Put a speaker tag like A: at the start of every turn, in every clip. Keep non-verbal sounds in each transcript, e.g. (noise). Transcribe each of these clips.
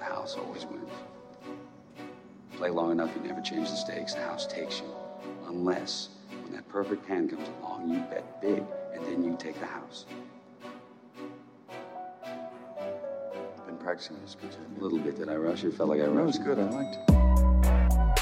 A: house always wins. Play long enough, you never change the stakes, the house takes you. Unless, when that perfect hand comes along, you bet big, and then you take the house.
B: I've been practicing this good time.
A: A little bit, did I rush it? Felt like I rushed
B: That was
A: it.
B: good. I liked it.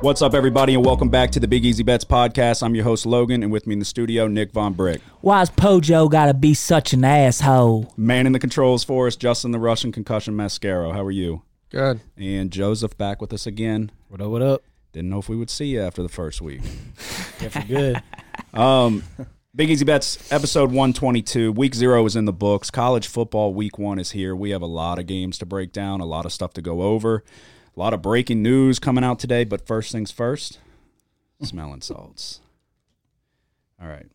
C: What's up, everybody, and welcome back to the Big Easy Bets podcast. I'm your host Logan, and with me in the studio, Nick Von Brick,
D: Why's Pojo gotta be such an asshole?
C: man in the controls for us, Justin the Russian concussion mascaro. How are you?
E: Good.
C: And Joseph back with us again.
E: What up? What up?
C: Didn't know if we would see you after the first week.
E: Yeah, for good. (laughs)
C: Big Easy Bets, episode 122. Week zero is in the books. College football week one is here. We have a lot of games to break down, a lot of stuff to go over, a lot of breaking news coming out today. But first things first, smelling salts. All right.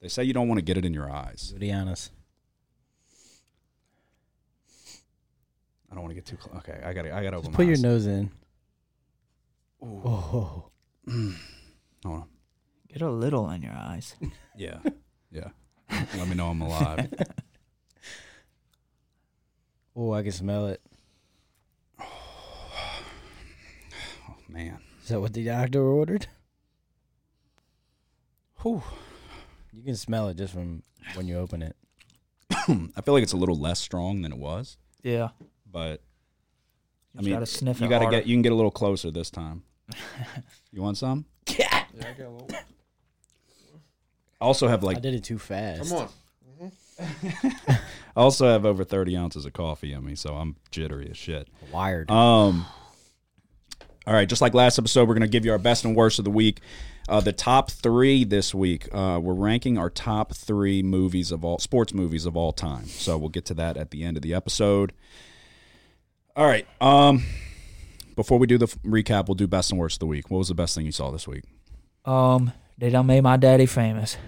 C: They say you don't want to get it in your eyes.
E: to be honest,
C: I don't want to get too close. Okay, I got to I got to open
E: just
C: my
E: put your
C: eyes.
E: nose in. Oh,
C: Hold on.
D: Get a little in your
C: (laughs)
D: eyes.
C: Yeah. Yeah. Let me know I'm alive.
E: (laughs) oh, I can smell it.
C: Oh, man.
E: Is that what the doctor ordered? You can smell it just from when you open it.
C: I feel like it's a little less strong than it was,
D: Yeah.
C: but
D: You just gotta sniff
C: you
D: it
C: gotta
D: harder.
C: get you can get a little closer this
D: (laughs)
C: time. you want some? I also have
E: I
C: like
E: did it too fast. Come on.
C: I also have over thirty ounces of coffee in me, so I'm jittery as shit.
E: Wired.
C: Um, all right, just like last episode, we're going to give you our best and worst of the week. Uh, the top three this week, uh, we're ranking our top three movies of all sports movies of all time. So we'll get to that at the end of the episode. All right. Um, before we do the f- recap, we'll do best and worst of the week. What was the best thing you saw this week?
D: Um, they done made my daddy famous.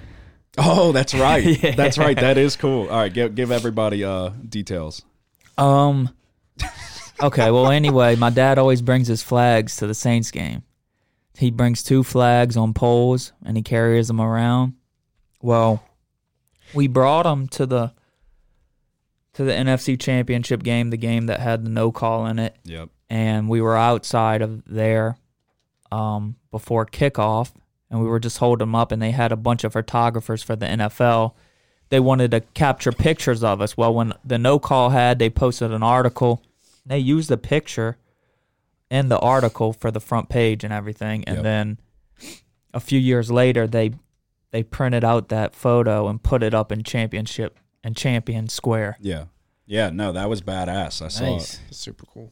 C: Oh, that's right.
D: Yeah.
C: That's right. That is cool. All right, give give everybody uh, details.
D: Um. (laughs) okay. Well, anyway, my dad always brings his flags to the Saints game. He brings two flags on poles and he carries them around. Well, we brought them to the to the NFC Championship game, the game that had the no call in it,
C: Yep.
D: and we were outside of there um, before kickoff, and we were just holding them up, and they had a bunch of photographers for the NFL. They wanted to capture pictures of us. Well, when the no call had, they posted an article. And they used the picture in the article for the front page and everything, and
C: Yep.
D: then a few years later, they they printed out that photo and put it up in championship and champion square.
C: Yeah. Yeah. No, that was badass. I saw.
E: nice.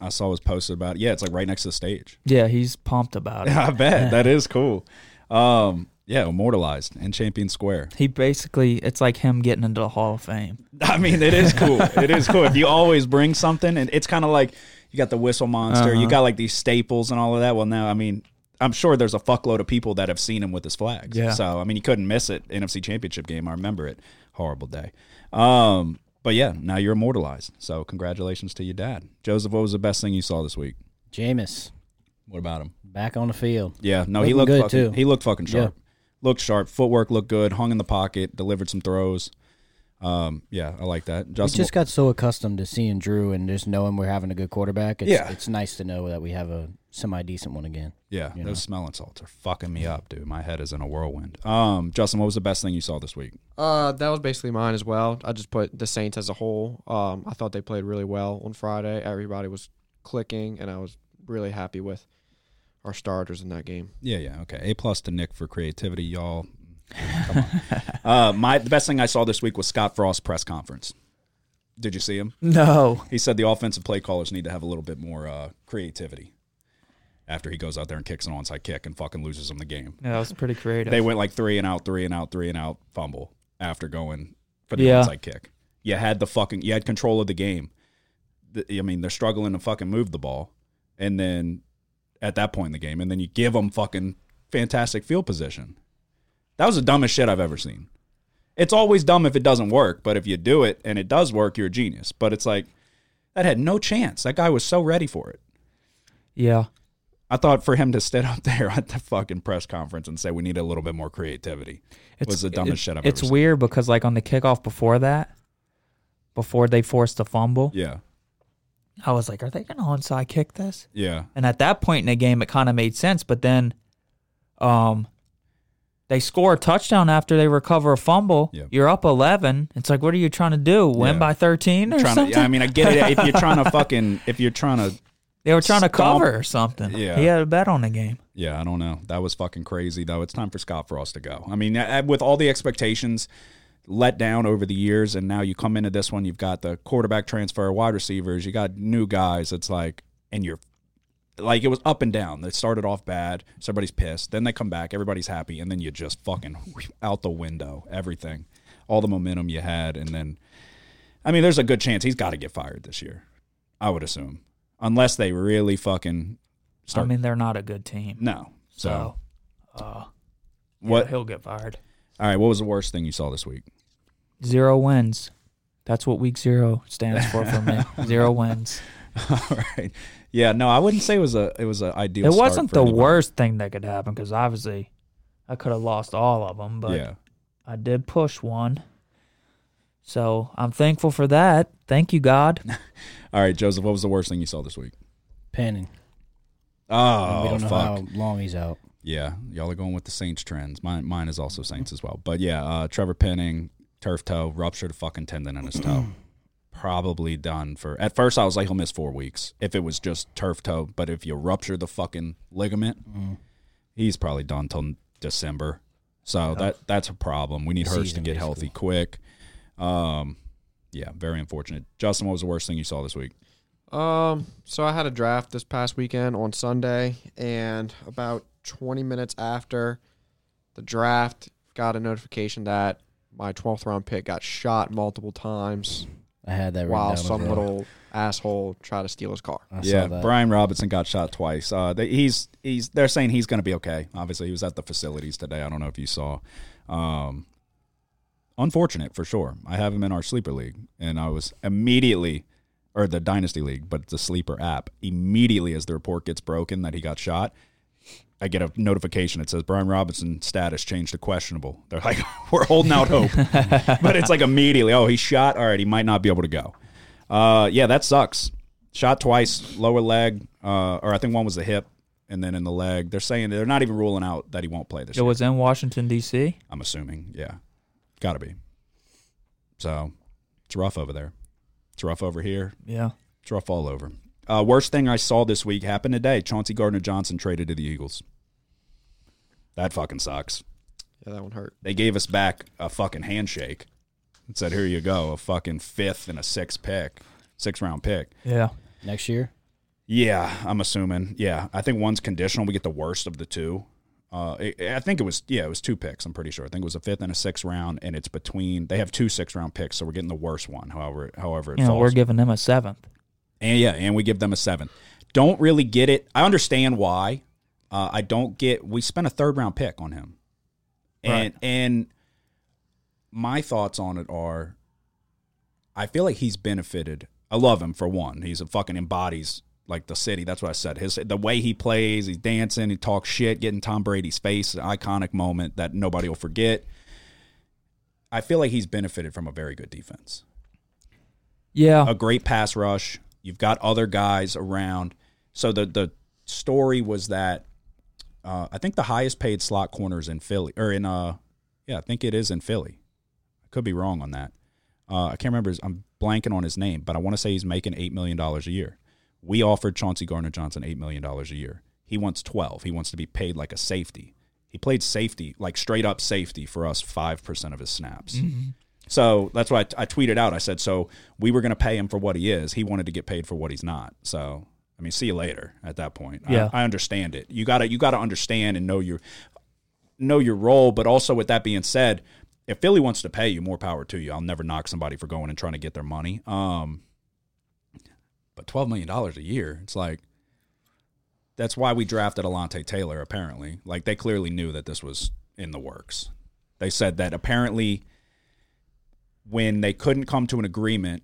C: I saw was posted about. it. Yeah, it's like right next to the stage.
D: Yeah, he's pumped about
C: (laughs)
D: it.
C: I bet that is cool. Um, yeah, immortalized and Champion Square. (laughs)
D: He basically, it's like him getting into the Hall of Fame.
C: I mean, it is cool. it is cool. If you always bring something, and it's kind of like you got the Whistle Monster, you got like these staples and all of that. Well, now, I mean, I'm sure there's a fuckload of people that have seen him with his flags.
D: Yeah.
C: So I mean, you couldn't miss it. NFC Championship game. I remember it. Horrible day. Um, but yeah, now you're immortalized. So congratulations to your dad, Joseph. What was the best thing you saw this week?
E: Jameis
C: What about him?
E: back on the field.
C: Yeah, no, he
E: Looking
C: looked
E: good,
C: fucking,
E: too.
C: He looked fucking
E: Yeah.
C: sharp. Looked sharp. Footwork looked good. Hung in the pocket. Delivered some throws. Um, yeah, I like that.
E: We
C: Justin,
E: just got so accustomed to seeing Drew and just knowing we're having a good quarterback. It's,
C: Yeah.
E: it's nice to know that we have a semi decent one again.
C: yeah,
E: you
C: those
E: know.
C: smelling salts are fucking me up, dude. My head is in a whirlwind. Um, Justin, what was the best thing you saw this week?
F: Uh, that was basically mine as well. I just put the Saints as a whole. Um, I thought they played really well on Friday. Everybody was clicking, and I was really happy with our starters in that game.
C: Yeah, yeah, okay. A plus to Nick for creativity, y'all. Come
E: (laughs)
C: on. uh, my the best thing I saw this week was Scott Frost's press conference. Did you see him?
D: No.
C: He said the offensive play callers need to have a little bit more uh, creativity. After he goes out there and kicks an onside kick and fucking loses him the game.
D: Yeah, that was pretty creative.
C: They went like three and out, three and out, three and out fumble after going for the
D: Yeah.
C: onside kick. You had the fucking you had control of the game. The- I mean, they're struggling to fucking move the ball, and then at that point in the game, and then you give them fucking fantastic field position. That was the dumbest shit I've ever seen. It's always dumb if it doesn't work, but if you do it and it does work, you're a genius. But it's like That had no chance. That guy was so ready for it.
D: Yeah.
C: I thought for him to stand up (laughs) there at the fucking press conference and say we need a little bit more creativity was the dumbest
D: it-
C: shit I've
D: It's
C: ever
D: weird because like on the kickoff before that, before they forced the fumble,
C: seen. Yeah,
D: I was like, are they gonna onside kick this?
C: yeah,
D: And at that point in the game, it kind of made sense. But then, um, they score a touchdown after they recover a fumble.
C: Yeah.
D: You're up eleven. It's like, what are you trying to do? Win
C: Yeah.
D: by thirteen or
C: trying to,
D: something?
C: yeah, I mean, I get it. If you're trying
D: (laughs)
C: to fucking, if you're trying to,
D: they were trying to
C: stomp-
D: cover or something.
C: Yeah.
D: He had a bet on the game.
C: yeah, I don't know. That was fucking crazy, though. It's time for Scott Frost to go. I mean, uh, with all the expectations let down over the years, and now you come into this one, you've got the quarterback transfer, wide receivers, you got new guys. It's like, and you're like, it was up and down. They started off bad. so Everybody's pissed. Then they come back. Everybody's happy. And then you just fucking (laughs) out the window, everything, all the momentum you had. And then, I mean, there's a good chance he's got to get fired this year, I would assume, unless they really fucking start.
D: I mean, they're not a good team.
C: no. So,
D: So, uh,
C: what?
D: he'll get fired.
C: All right. What was the worst thing you saw this week? (laughs)
D: Zero wins. That's what week zero stands for for
C: (laughs)
D: me. Zero wins.
C: All right. Yeah. No, I wouldn't say it was a. It was an ideal.
D: It
C: start
D: wasn't
C: for
D: the
C: anybody.
D: worst thing that could happen because obviously I could have lost all of them, but
C: Yeah.
D: I did push one. So I'm thankful for that. Thank
C: (laughs)
D: you, God.
C: All right, Joseph. What was the worst thing you saw this week?
E: Panning. we
C: Oh
E: don't know
C: fuck.
E: how long he's out.
C: Yeah, y'all are going with the Saints trends. Mine, mine is also Saints as well. But yeah, uh, Trevor Penning, turf toe, ruptured a fucking tendon in his toe. (clears throat) Probably done for. At first, I was like, he'll miss four weeks if it was just turf toe. But if you rupture the fucking ligament, he's probably done till December. So that that's a problem. We need Hurst to
E: Season,
C: get healthy quick. Um, yeah, very unfortunate. Justin, what was the worst thing you saw this week?
F: Um, so I had a draft this past weekend on Sunday, and about 20 minutes after the draft, got a notification that my 12th round pick got shot multiple times
E: I had that.
F: while
E: written down as
F: some
E: well.
F: little asshole tried to steal his car.
E: I saw
C: Yeah,
E: that.
C: Brian Robinson got shot twice. Uh, they, he's he's they're saying he's going to be okay. Obviously, he was at the facilities today. I don't know if you saw. Um, unfortunate for sure. I have him in our sleeper league, and I was immediately, or the dynasty league, but the sleeper app. Immediately as the report gets broken that he got shot, I get a notification. It says Brian Robinson status changed to questionable. They're like, (laughs) we're holding out
D: (laughs)
C: hope, but it's like immediately, oh, he's shot. All right, he might not be able to go. Uh, yeah, that sucks. Shot twice, lower leg, uh, or I think one was the hip, and then in the leg. They're saying they're not even ruling out that he won't play this
D: It
C: year.
D: was in Washington, D.C.
C: I'm assuming, yeah, got to be. So it's rough over there. It's rough over here.
D: Yeah.
C: It's rough all over. Uh, worst thing I saw this week happened today. Chauncey Gardner Johnson traded to the Eagles. That fucking sucks.
F: Yeah, that one hurt.
C: They gave us back a fucking handshake and said, "Here you go, a fucking fifth and a sixth pick, six round pick."
D: Yeah.
E: Next year,
C: Yeah, I'm assuming. Yeah, I think one's conditional. We get the worst of the two. Uh, it, I think it was yeah, it was two picks. I'm pretty sure. I think it was a fifth and a sixth round, and it's between they have two six round picks, so we're getting the worst one. However, however it
D: You know,
C: falls.
D: we're giving them a seventh.
C: And yeah, and we give them a seven. Don't really get it. I understand why. Uh, I don't get. We spent a third round pick on him, and
D: Right.
C: and my thoughts on it are, I feel like he's benefited. I love him for one. He's a fucking embodies like the city. That's what I said. His the way he plays, he's dancing, he talks shit, getting Tom Brady's face, an iconic moment that nobody will forget. I feel like he's benefited from a very good defense
D: Yeah.
C: a great pass rush. You've got other guys around. So the the story was that uh, I think the highest paid slot corners in Philly or in uh yeah I think it is in Philly. I could be wrong on that. Uh, I can't remember. His, I'm blanking on his name, but I want to say he's making eight million dollars a year. We offered Chauncey Gardner Johnson eight million dollars a year. He wants twelve. He wants to be paid like a safety. He played safety, like straight up safety for us, five percent of his snaps. So that's why I, I tweeted out. I said, so we were going to pay him for what he is. He wanted to get paid for what he's not. So I mean, see you later. At that point, I-
D: Yeah.
C: I, understand it. You gotta you gotta understand and know your know your role. But also, with that being said, if Philly wants to pay you, more power to you. I'll never knock somebody for going and trying to get their money. Um, but twelve million dollars a year, it's like that's why we drafted Alante Taylor. Apparently, like they clearly knew that this was in the works. They said that apparently when they couldn't come to an agreement,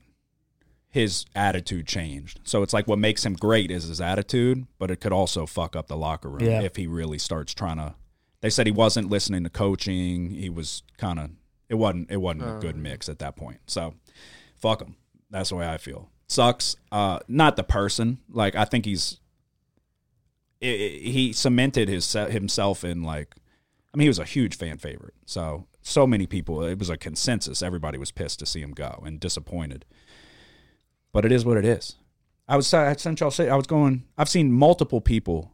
C: his attitude changed. So it's like what makes him great is his attitude, but it could also fuck up the locker room
D: Yeah.
C: if he really starts trying to. They said he wasn't listening to coaching. He was kind of it wasn't it wasn't a good mix at that point. So fuck him. That's the way I feel. Sucks. Uh, not the person. Like I think he's i i- he cemented his himself in like I mean, he was a huge fan favorite. So, so many people, it was a consensus. Everybody was pissed to see him go and disappointed. But it is what it is. I was, I sent y'all, say- I was going, I've seen multiple people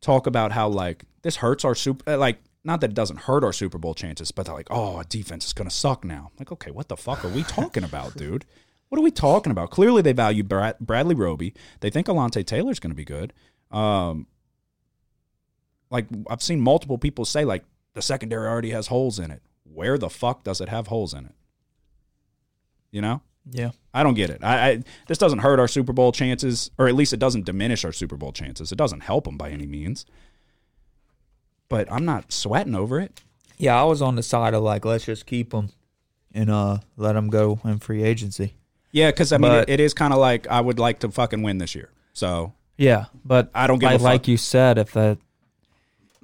C: talk about how, like, this hurts our Super, uh, like, not that it doesn't hurt our Super Bowl chances, but they're like, oh, our defense is going to suck now. Like, okay, what the fuck are we talking about, (laughs) dude? What are we talking about? Clearly, they value Brad- Bradley Roby. They think Alante Taylor's going to be good. Um, like I've seen multiple people say like the secondary already has holes in it. Where the fuck does it have holes in it? You know?
D: Yeah.
C: I don't get it. I, I this doesn't hurt our Super Bowl chances, or at least it doesn't diminish our Super Bowl chances. It doesn't help them by any means. But I'm not sweating over it.
D: Yeah, I was on the side of like, let's just keep him and uh, let him go in free agency.
C: Yeah, because I mean,
D: But-
C: it, it is kind of like I would like to fucking win this year. So
D: Yeah, but
C: I don't give
D: like,
C: a fuck.
D: like you said, if that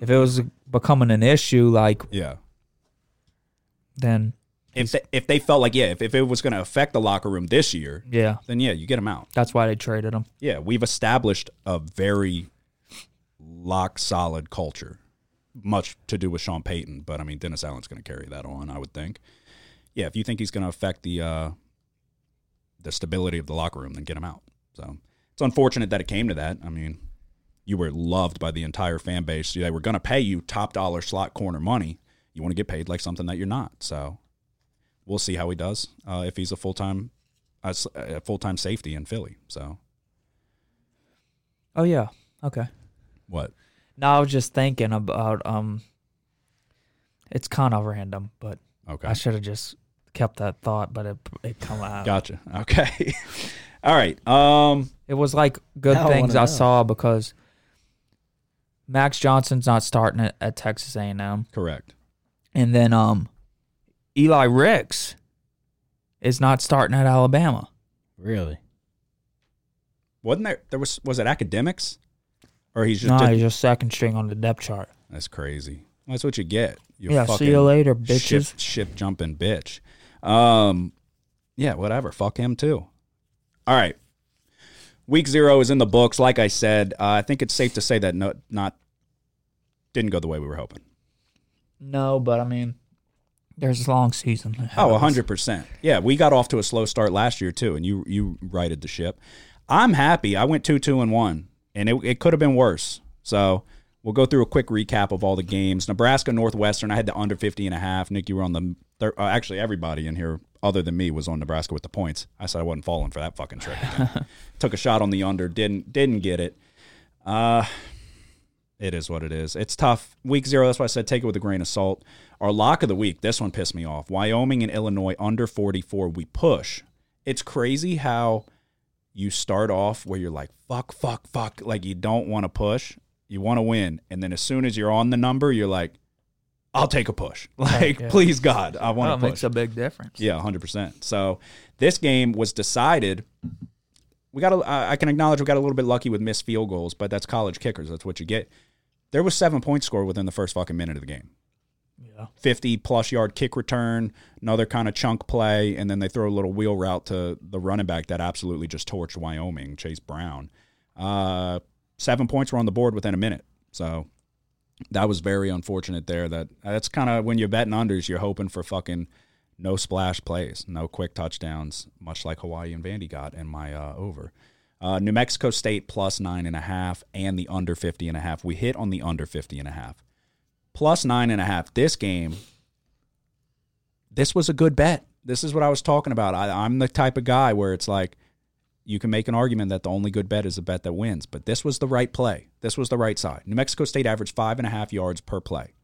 D: if it was becoming an issue, like
C: yeah,
D: then
C: if they, if they felt like yeah, if, if it was going to affect the locker room this year,
D: yeah,
C: then yeah, you get them out.
D: that's why they traded him.
C: yeah, we've established a very lock solid culture. Much to do with Sean Payton, but I mean Dennis Allen's going to carry that on, I would think. Yeah, if you think he's going to affect the uh, the stability of the locker room, then get him out. So it's unfortunate that it came to that. I mean, you were loved by the entire fan base. They were going to pay you top dollar slot corner money. You want to get paid like something that you're not. So we'll see how he does uh, if he's a full time uh, full time safety in Philly. So
D: Oh yeah, okay.
C: what?
D: No, I was just thinking about um, it's kind of random, but
C: Okay.
D: I should have just kept that thought, but it it come out.
C: Gotcha. Okay. (laughs) All right. Um.
D: It was like good
E: Now I
D: things
E: wanna
D: I
E: know.
D: saw because Max Johnson's not starting at, at Texas A&M,
C: Correct.
D: and then um, Eli Ricks is not starting at Alabama.
E: Really?
C: Wasn't there? There was. Was it academics? Or he's just.
D: No,
C: did-
D: he's just second string on the depth chart.
C: that's crazy. That's what you get. You
D: yeah, see you
C: fucking
D: later, bitches.
C: Ship, ship jumping bitch. Um. Yeah. Whatever. Fuck him too. All right. Week zero is in the books. Like I said, uh, I think it's safe to say that no, not didn't go the way we were hoping.
D: No, but I mean, there's a long season. ahead
C: Oh,
D: of
C: a
D: us.
C: 100%. Yeah, we got off to a slow start last year too and you you righted the ship. I'm happy. I went 2 2 and 1 and it it could have been worse. So, we'll go through a quick recap of all the games. Nebraska Northwestern, I had the under 50 and a half. Nick, you were on the thir- uh, actually everybody in here other than me was on Nebraska with the points. I said I wasn't falling for that fucking trick. again. Took a shot on the under, didn't didn't get it. Uh it is what it is. It's tough. Week zero, that's why I said take it with a grain of salt. Our lock of the week, this one pissed me off. Wyoming and Illinois under 44, we push. It's crazy how you start off where you're like, fuck, fuck, fuck. Like you don't want to push, you want to win. And then as soon as you're on the number, you're like, I'll take a push. (laughs) Like,
D: yeah.
C: please, God, I
D: Well,
C: want
D: Oh, it
C: to
D: makes
C: push.
D: a big difference.
C: Yeah, hundred percent. So this game was decided. We got. A, I I can acknowledge we got a little bit lucky with missed field goals, but that's college kickers. That's what you get. There was seven points scored within the first fucking minute of the game.
D: Yeah.
C: Fifty plus yard kick return, another kind of chunk play, and then they throw a little wheel route to the running back that absolutely just torched Wyoming, Chase Brown. Uh, seven points were on the board within a minute. So that was very unfortunate there. That that's kind of when you're betting unders, you're hoping for fucking no splash plays, no quick touchdowns, much like Hawaii and Vandy got in my uh, over. Uh, New Mexico State plus nine and a half and the under 50 and a half. We hit on the under 50 and a half. Plus nine and a half. This game, this was a good bet. This is what I was talking about. I, I'm the type of guy where it's like, you can make an argument that the only good bet is a bet that wins, but this was the right play. This was the right side. New Mexico State averaged five and a half yards per play.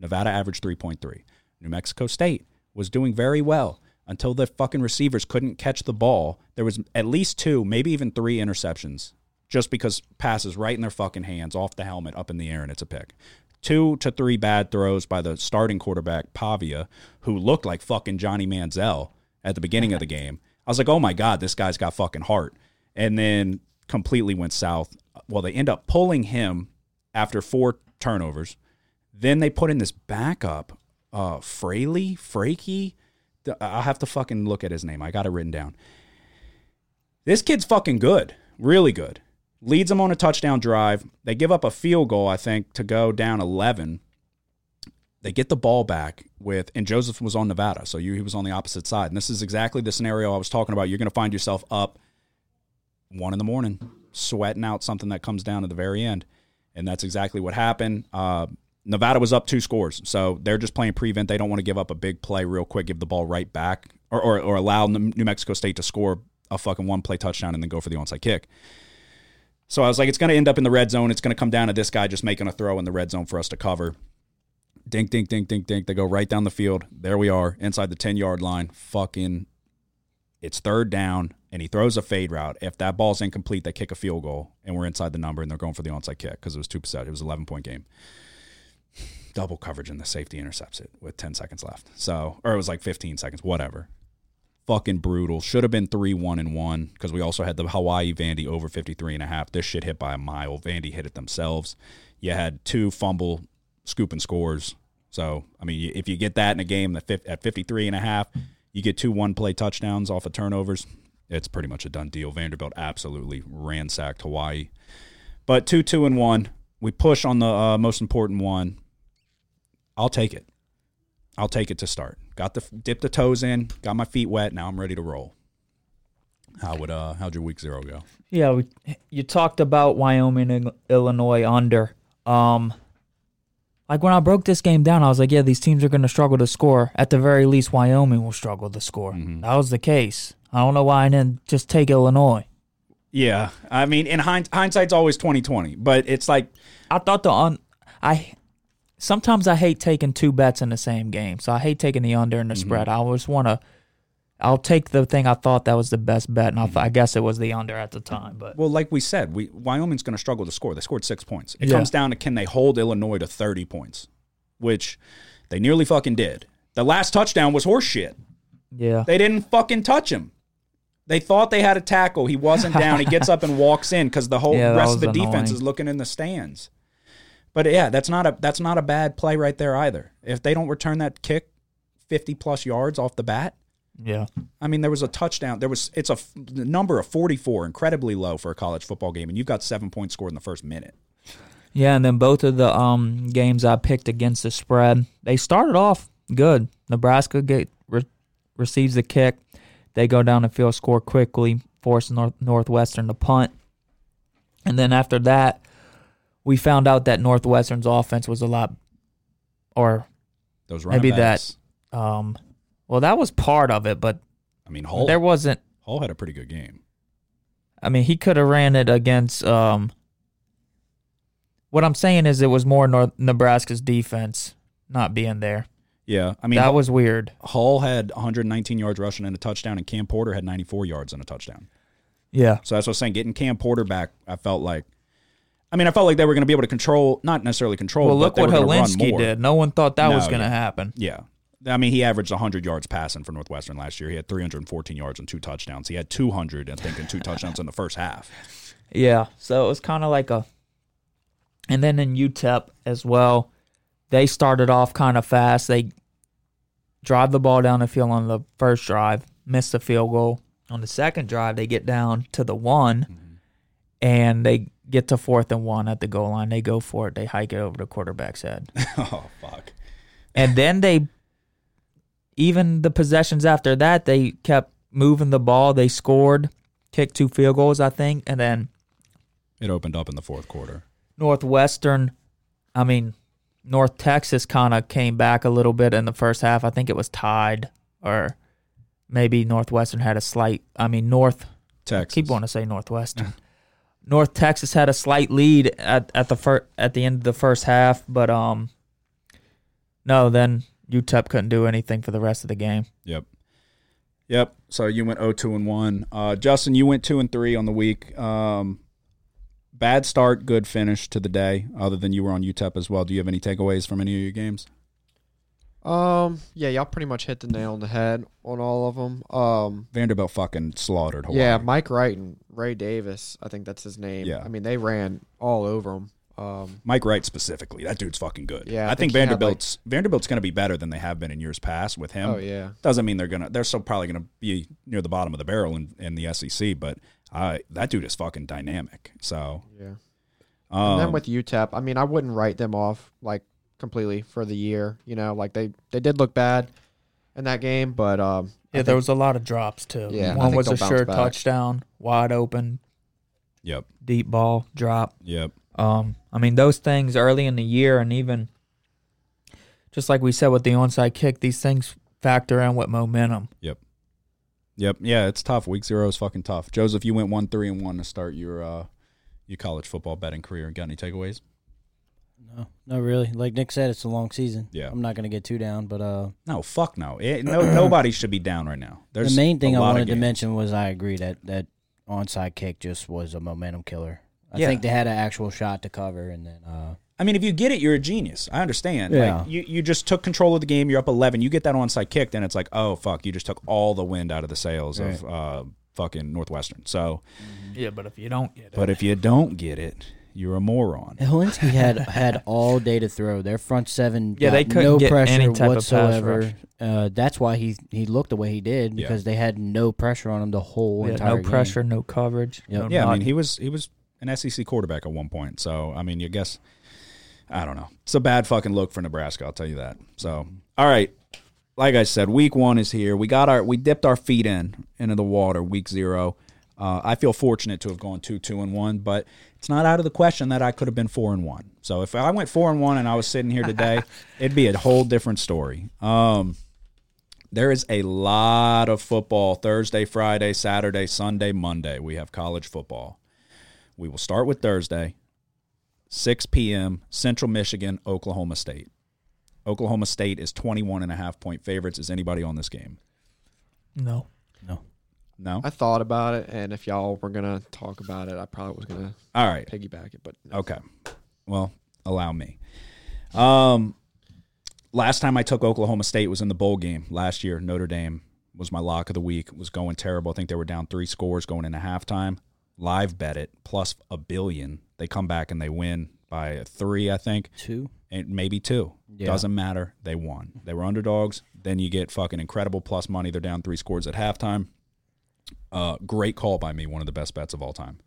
C: Nevada averaged 3.3. New Mexico State was doing very well until the fucking receivers couldn't catch the ball. There was at least two, maybe even three interceptions just because passes right in their fucking hands, off the helmet, up in the air, and it's a pick. Two to three bad throws by the starting quarterback, Pavia, who looked like fucking Johnny Manziel at the beginning of the game. I was like, oh my God, this guy's got fucking heart. And then completely went south. Well, they end up pulling him after four turnovers. Then they put in this backup, uh, Fraley, Frakey. The- I'll have to fucking look at his name. I got it written down. This kid's fucking good, really good. Leads them on a touchdown drive. They give up a field goal, I think, to go down 11. They get the ball back with, and Joseph was on Nevada, so you, he was on the opposite side. And this is exactly the scenario I was talking about. You're going to find yourself up one in the morning, sweating out something that comes down at the very end. And that's exactly what happened. Uh, Nevada was up two scores. So they're just playing prevent. They don't want to give up a big play real quick, give the ball right back, or, or, or allow New New Mexico State to score a fucking one play touchdown and then go for the onside kick. So I was like, it's going to end up in the red zone. It's going to come down to this guy just making a throw in the red zone for us to cover. Dink, dink, dink, dink, dink. They go right down the field. There we are inside the 10 yard line. Fucking it's third down and he throws a fade route. If that ball's incomplete, they kick a field goal and we're inside the number and they're going for the onside kick because it was two percent. It was an 11 point game. (sighs) Double coverage and the safety intercepts it with 10 seconds left. So, or it was like 15 seconds, whatever. Fucking brutal. Should have been 3 1 and 1 because we also had the Hawaii Vandy over 53 and a half. This shit hit by a mile. Vandy hit it themselves. You had two fumble scoop and scores. So, I mean, if you get that in a game that fif- at 53 and a half, you get two one play touchdowns off of turnovers. It's pretty much a done deal. Vanderbilt absolutely ransacked Hawaii. But two, two, and one. We push on the uh, most important one. I'll take it. I'll take it to start. Got the dipped the toes in. Got my feet wet. Now I'm ready to roll. How would uh? How'd your week zero go?
D: Yeah, we, you talked about Wyoming and Illinois under. Um, like when I broke this game down, I was like, yeah, these teams are going to struggle to score. At the very least, Wyoming will struggle to score.
C: Mm-hmm.
D: That was the case. I don't know why I didn't just take Illinois.
C: Yeah, I mean, in hind- hindsight's always twenty twenty, but it's like
D: I thought the un I sometimes I hate taking two bets in the same game. So I hate taking the under and the spread. I always want to. I'll take the thing I thought that was the best bet, and I, th- I guess it was the under at the time. But
C: Well, like we said, we Wyoming's going to struggle to score. They scored six points. It
D: Yeah.
C: comes down to can they hold Illinois to thirty points, which they nearly fucking did. The last touchdown was horse shit.
D: yeah,
C: They didn't fucking touch him. They thought they had a tackle. He wasn't down. He gets up and walks in because the whole
D: (laughs) Yeah, that
C: rest of the
D: was
C: defense
D: annoying.
C: is looking in the stands. But yeah, that's not a that's not a bad play right there either. If they don't return that kick, fifty plus yards off the bat,
D: yeah,
C: I mean, there was a touchdown. There was it's a f- the number of forty four, incredibly low for a college football game, and you've got seven points scored in the first minute.
D: yeah. And then both of the um games I picked against the spread, they started off good. Nebraska get, re- receives the kick, they go down the field, score quickly, force North, Northwestern to punt, and then after that, we found out that Northwestern's offense was a lot, or
C: Those running
D: Maybe
C: backs.
D: um, well, that was part of it, but
C: I mean, Hall
D: there wasn't.
C: Hall had a pretty good game.
D: I mean, he could have ran it against. Um, what I'm saying is, it was more North, Nebraska's defense not being there.
C: Yeah, I mean,
D: that was weird.
C: Hall had 119 yards rushing and a touchdown, and Cam Porter had 94 yards and a touchdown.
D: Yeah,
C: So that's what I was saying. Getting Cam Porter back, I felt like, I mean, I felt like they were going to be able to control, not necessarily control.
D: Well,
C: but
D: look
C: they
D: what
C: were gonna run
D: Helinski
C: more.
D: did. No one thought that
C: No,
D: was going to
C: yeah.
D: happen.
C: Yeah. I mean, he averaged 100 yards passing for Northwestern last year. He had 314 yards and two touchdowns. He had 200, I think, and two touchdowns in the first half.
D: Yeah, so it was kind of like a. And then in UTEP as well, they started off kind of fast. They drive the ball down the field on the first drive, miss the field goal. On the second drive, they get down to the one, and they get to fourth and one at the goal line. They go for it. They hike it over the quarterback's head,
C: (laughs) oh, fuck.
D: and then they, even the possessions after that, they kept moving the ball. They scored, kicked two field goals, I think, and then.
C: It opened up in the fourth quarter.
D: Northwestern, I mean, North Texas kind of came back a little bit in the first half. I think it was tied, or maybe Northwestern had a slight. I mean, North. I
C: Texas.
D: keep wanting to say Northwestern. North Texas had a slight lead at at the fir- at the end of the first half, but um, no, then UTEP couldn't do anything for the rest of the game.
C: Yep. Yep. So you went 0 2 and 1. Uh, Justin, you went 2 and 3 on the week. Um, bad start, good E finish to the day, other than you were on UTEP as well. Do you have any takeaways from any of your games?
F: Um, yeah, y'all pretty much hit the nail on the head on all of them. Um,
C: Vanderbilt fucking slaughtered Hawaii.
F: yeah, Mike Wright and Ray Davis, I think that's his name.
C: Yeah.
F: I mean, they ran all over him. Um,
C: Mike Wright specifically. That dude's fucking good.
F: Yeah,
C: I,
F: I
C: think,
F: think he had,
C: Vanderbilt's Vanderbilt's going to be better than they have been in years past with him.
F: oh yeah.
C: Doesn't mean they're gonna. They're still probably gonna be near the bottom of the barrel in, in the SEC. But I, that dude is fucking dynamic. So
F: Yeah.
C: um,
F: and then with UTEP, I mean, I wouldn't write them off like completely for the year. You know, like they they did look bad in that game, but um,
D: Yeah, there was a lot of drops too.
F: Yeah, I
D: one
F: think
D: was a
F: they'll bounce
D: sure
F: back.
D: touchdown, wide open,
C: yep,
D: deep ball drop.
C: yep,
D: Um, I mean those things early in the year, and even just like we said with the onside kick, these things factor in with momentum.
C: yep, yep. Yeah, it's tough. Week zero is fucking tough. Joseph, you went one three and one to start your uh, your college football betting career. Got any takeaways?
E: No, no, really. Like Nick said, it's a long season.
C: Yeah.
E: I'm not gonna get too down, but uh,
C: No, fuck no. It,
F: (clears throat)
C: no, nobody should be down right now. There's
E: the main thing
C: a
E: I
C: lot of
E: wanted to
C: games.
E: mention was I agree that that onside kick just was a momentum killer. I
C: Yeah.
E: think they had an actual shot to cover, and then (laughs) uh,
C: I mean, if you get it, you're a genius. I understand.
E: Yeah.
C: Like you, you just took control of the game. You're up 11. You get that onside kick, then it's like, oh fuck, you just took all the wind out of the sails of uh, fucking Northwestern. So,
D: Yeah, but if you don't get it,
C: but if you don't get it, you're a moron.
E: Helinski had had all day to throw. Their front seven,
D: Yeah,
E: got
D: they couldn't
E: no
D: get
E: pressure
D: any type of pass
E: whatsoever.
D: rush.
E: Uh, that's why he he looked the way he did
C: Yeah.
E: because they had no pressure on him the whole
D: yeah,
E: entire
D: no pressure, no coverage.
E: Yep.
D: no
C: Yeah, I mean,
D: nothing.
C: he was he was an SEC quarterback at one point. So, I mean, you guess I don't know. It's a bad fucking look for Nebraska, I'll tell you that. So, all right. Like I said, week 1 is here. We got our we dipped our feet in into the water week 0. Uh, I feel fortunate to have gone 2 2 and 1, but it's not out of the question that I could have been 4 and 1. So, if I went 4 and 1 and I was sitting here today, it'd be a whole different story. Um there is a lot of football Thursday, Friday, Saturday, Sunday, Monday. We have college football. We will start with Thursday, 6 p.m., Central Michigan, Oklahoma State. Oklahoma State is 21 and a half point favorites. Is anybody on this game?
D: no.
C: No?
F: I thought about it, and if y'all were gonna talk about it, I probably was gonna
C: All right.
F: piggyback it, but no.
C: Okay. Well, allow me. Um, last time I took Oklahoma State was in the bowl game last year. Notre Dame was my lock of the week. It was going terrible. I think they were down three scores going into halftime. Live bet it plus a billion. They come back and they win by three, I think,
E: Two.
C: and maybe two.
E: Yeah.
C: Doesn't matter. They won. They were underdogs. Then you get fucking incredible plus money. They're down three scores at halftime. Uh, great call by me. One of the best bets of all time.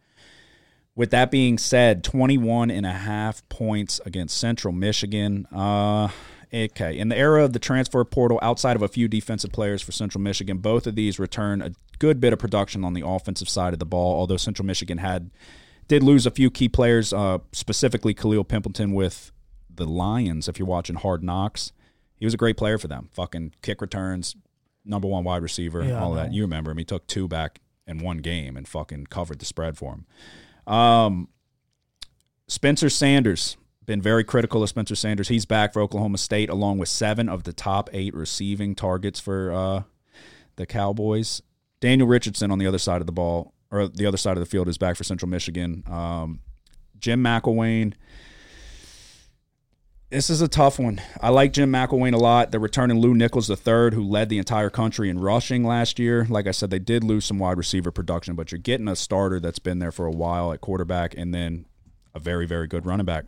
C: With that being said, 21 and a half points against Central Michigan. Uh, okay. In the era of the transfer portal, outside of a few defensive players for Central Michigan, both of these return a good bit of production on the offensive side of the ball, although Central Michigan had did lose a few key players, uh, specifically Khalil Pimpleton with the Lions. If you're watching Hard Knocks, he was a great player for them. Fucking kick returns, number one wide receiver,
D: Yeah, I
C: all that.
D: know.
C: You remember him. He took two back in one game and fucking covered the spread for him. Um, Spencer Sanders been very critical of Spencer Sanders. He's back for Oklahoma State, along with seven of the top eight receiving targets for uh, the Cowboys. Daniel Richardson on the other side of the ball or the other side of the field is back for Central Michigan. Um, Jim McElwain. This is a tough one. I like Jim McElwain a lot. They're returning Lou Nichols III, who led the entire country in rushing last year. Like I said, they did lose some wide receiver production, but you're getting a starter that's been there for a while at quarterback and then a very, very good running back.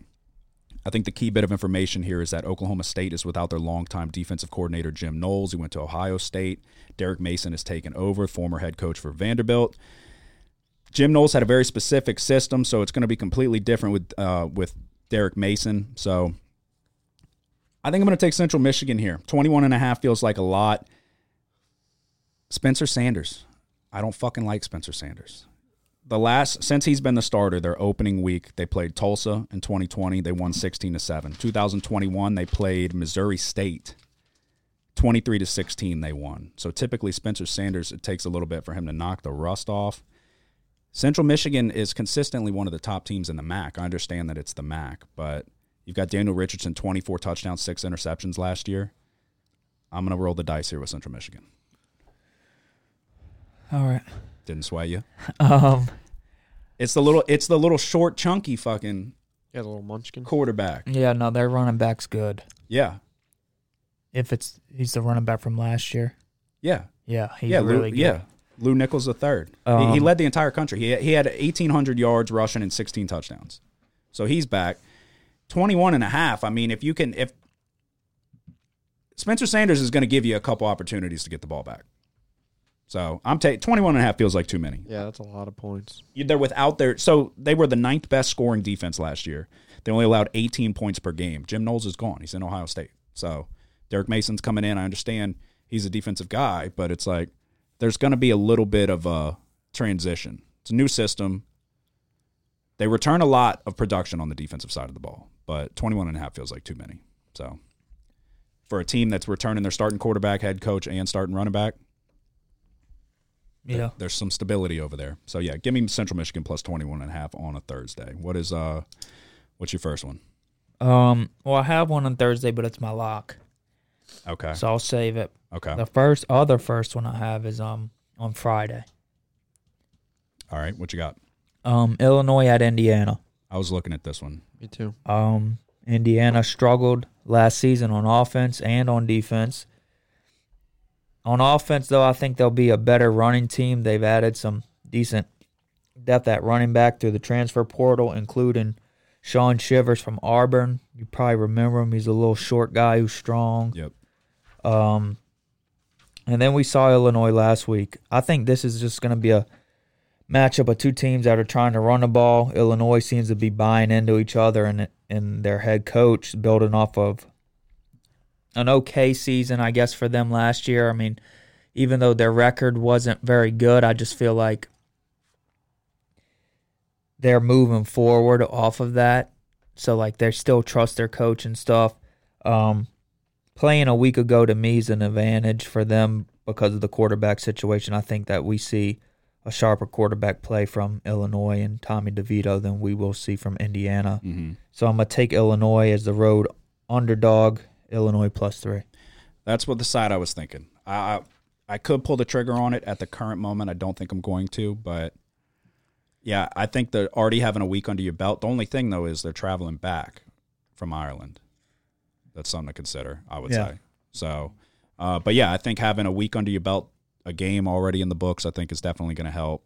C: I think the key bit of information here is that Oklahoma State is without their longtime defensive coordinator, Jim Knowles. He went to Ohio State. Derek Mason has taken over, former head coach for Vanderbilt. Jim Knowles had a very specific system, so it's going to be completely different with uh, with Derek Mason. So I think I'm going to take Central Michigan here. 21 and a half feels like a lot. Spencer Sanders. I don't fucking like Spencer Sanders. The last since he's been the starter, their opening week they played Tulsa in 2020, they won 16 to 7. 2021 they played Missouri State. 23 to 16 they won. So typically Spencer Sanders it takes a little bit for him to knock the rust off. Central Michigan is consistently one of the top teams in the MAC. I understand that it's the MAC, but you've got Daniel Richardson 24 touchdowns, 6 interceptions last year. I'm going to roll the dice here with Central Michigan.
D: All right.
C: Didn't sway you.
D: (laughs) Um,
C: It's the little it's the little short chunky fucking
F: Yeah, the little munchkin.
C: quarterback.
D: yeah, no, their running back's good.
C: Yeah.
D: If it's he's the running back from last year.
C: Yeah,
D: Yeah, he's
C: yeah, Lou,
D: really good.
C: yeah. Lou Nichols the third. he, he
D: Um,
C: led the entire country. He he had 1,800 yards rushing and 16 touchdowns. So he's back. 21 and a half. I mean, if you can, if Spencer Sanders is going to give you a couple opportunities to get the ball back. So I'm taking 21 and a half feels like too many.
F: Yeah, that's a lot of points.
C: You- They're without their so they were the ninth best scoring defense last year. They only allowed 18 points per game. Jim Knowles is gone. He's in Ohio State. So Derek Mason's coming in. I understand he's a defensive guy, but it's like there's going to be a little bit of a transition. It's a new system. They return a lot of production on the defensive side of the ball, but 21 and a half feels like too many. So for a team that's returning their starting quarterback, head coach, and starting running back,
D: Yeah.
C: there's some stability over there. So yeah, give me Central Michigan plus 21 and a half on a Thursday. What is uh what's your first one?
D: Um well I have one on Thursday, but it's my lock.
C: Okay.
D: So I'll save it.
C: Okay.
D: The first other first one I have is um on Friday.
C: All right, what you got?
D: Um Illinois at Indiana.
C: I was looking at this one.
F: Me too.
D: Um Indiana struggled last season on offense and on defense. On offense though, I think they'll be a better running team. They've added some decent depth at running back through the transfer portal, including Sean Shivers from Auburn. You probably remember him. He's a little short guy who's strong.
C: Yep.
D: Um, and then we saw Illinois last week. I think this is just going to be a matchup of two teams that are trying to run the ball. Illinois seems to be buying into each other, and and their head coach building off of an okay season, I guess, for them last year. I mean, even though their record wasn't very good, I just feel like they're moving forward off of that. So like they still trust their coach and stuff. Um, playing a week ago to me is an advantage for them because of the quarterback situation. I think that we see a sharper quarterback play from Illinois and Tommy DeVito than we will see from Indiana.
C: Mhm.
D: So I'm gonna take Illinois as the road underdog. Illinois plus three.
C: That's what the side I was thinking. I I, I could pull the trigger on it at the current moment. I don't think I'm going to, but yeah, I think they're already having a week under your belt. The only thing though is they're traveling back from Ireland. That's something to consider, I would
D: Yeah.
C: say. So, uh, but yeah, I think having a week under your belt, a game already in the books, I think is definitely going to help.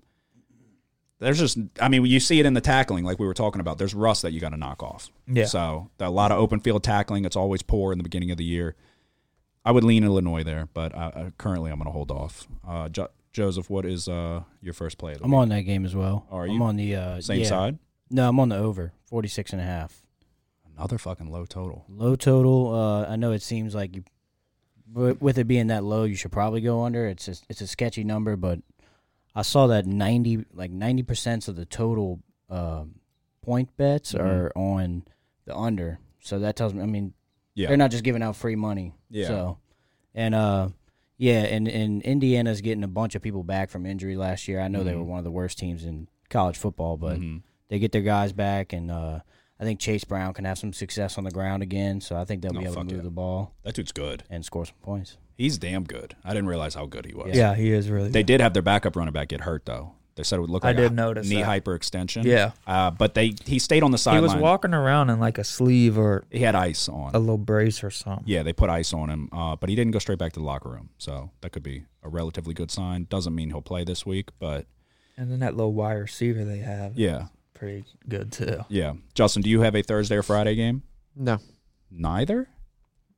C: There's just, I mean, you see it in the tackling, like we were talking about. There's rust that you got to knock off.
D: Yeah.
C: So a lot of open field tackling. It's always poor in the beginning of the year. I would lean Illinois there, but uh, uh, currently I'm going to hold off. Uh, jo- Joseph, what is uh, your first play? Of the
E: I'm
C: week?
E: on that game as well.
C: Are
E: I'm
C: you?
E: on the uh,
C: same
E: yeah.
C: side.
E: No, I'm on the over 46 and a half.
C: Another fucking low total.
E: Low total. Uh, I know it seems like you, but with it being that low, you should probably go under. It's a, it's a sketchy number, but I saw that ninety like ninety percent of the total uh, point bets
C: Mm-hmm.
E: are on the under. So that tells me. I mean,
C: Yeah.
E: they're not just giving out free money.
C: Yeah.
E: So, and uh, yeah, and and Indiana's getting a bunch of people back from injury last year. I know
C: Mm-hmm.
E: they were one of the worst teams in college football, but they get their guys back, and uh, I think Chase Brown can have some success on the ground again. So I think they'll
C: Oh,
E: be able to
C: fuck
E: move
C: yeah.
E: the ball
C: That dude's good.
E: and score some points.
C: He's damn good. I didn't realize how good he was.
D: Yeah, he is really.
C: They did have their backup running back get hurt though. They said it would look
D: I
C: like
D: did
C: a
D: notice
C: knee
D: that.
C: hyperextension.
D: Yeah.
C: Uh, but they he stayed on the
D: He
C: sideline.
D: was walking around in like a sleeve or
C: He had ice on.
D: a little brace or something.
C: Yeah, they put ice on him, uh, but he didn't go straight back to the locker room. So that could be a relatively good sign. Doesn't mean he'll play this week, but
D: And then that little wide receiver they have,
C: yeah,
D: pretty good too.
C: yeah. Justin, do you have a Thursday or Friday game?
F: No,
C: Neither.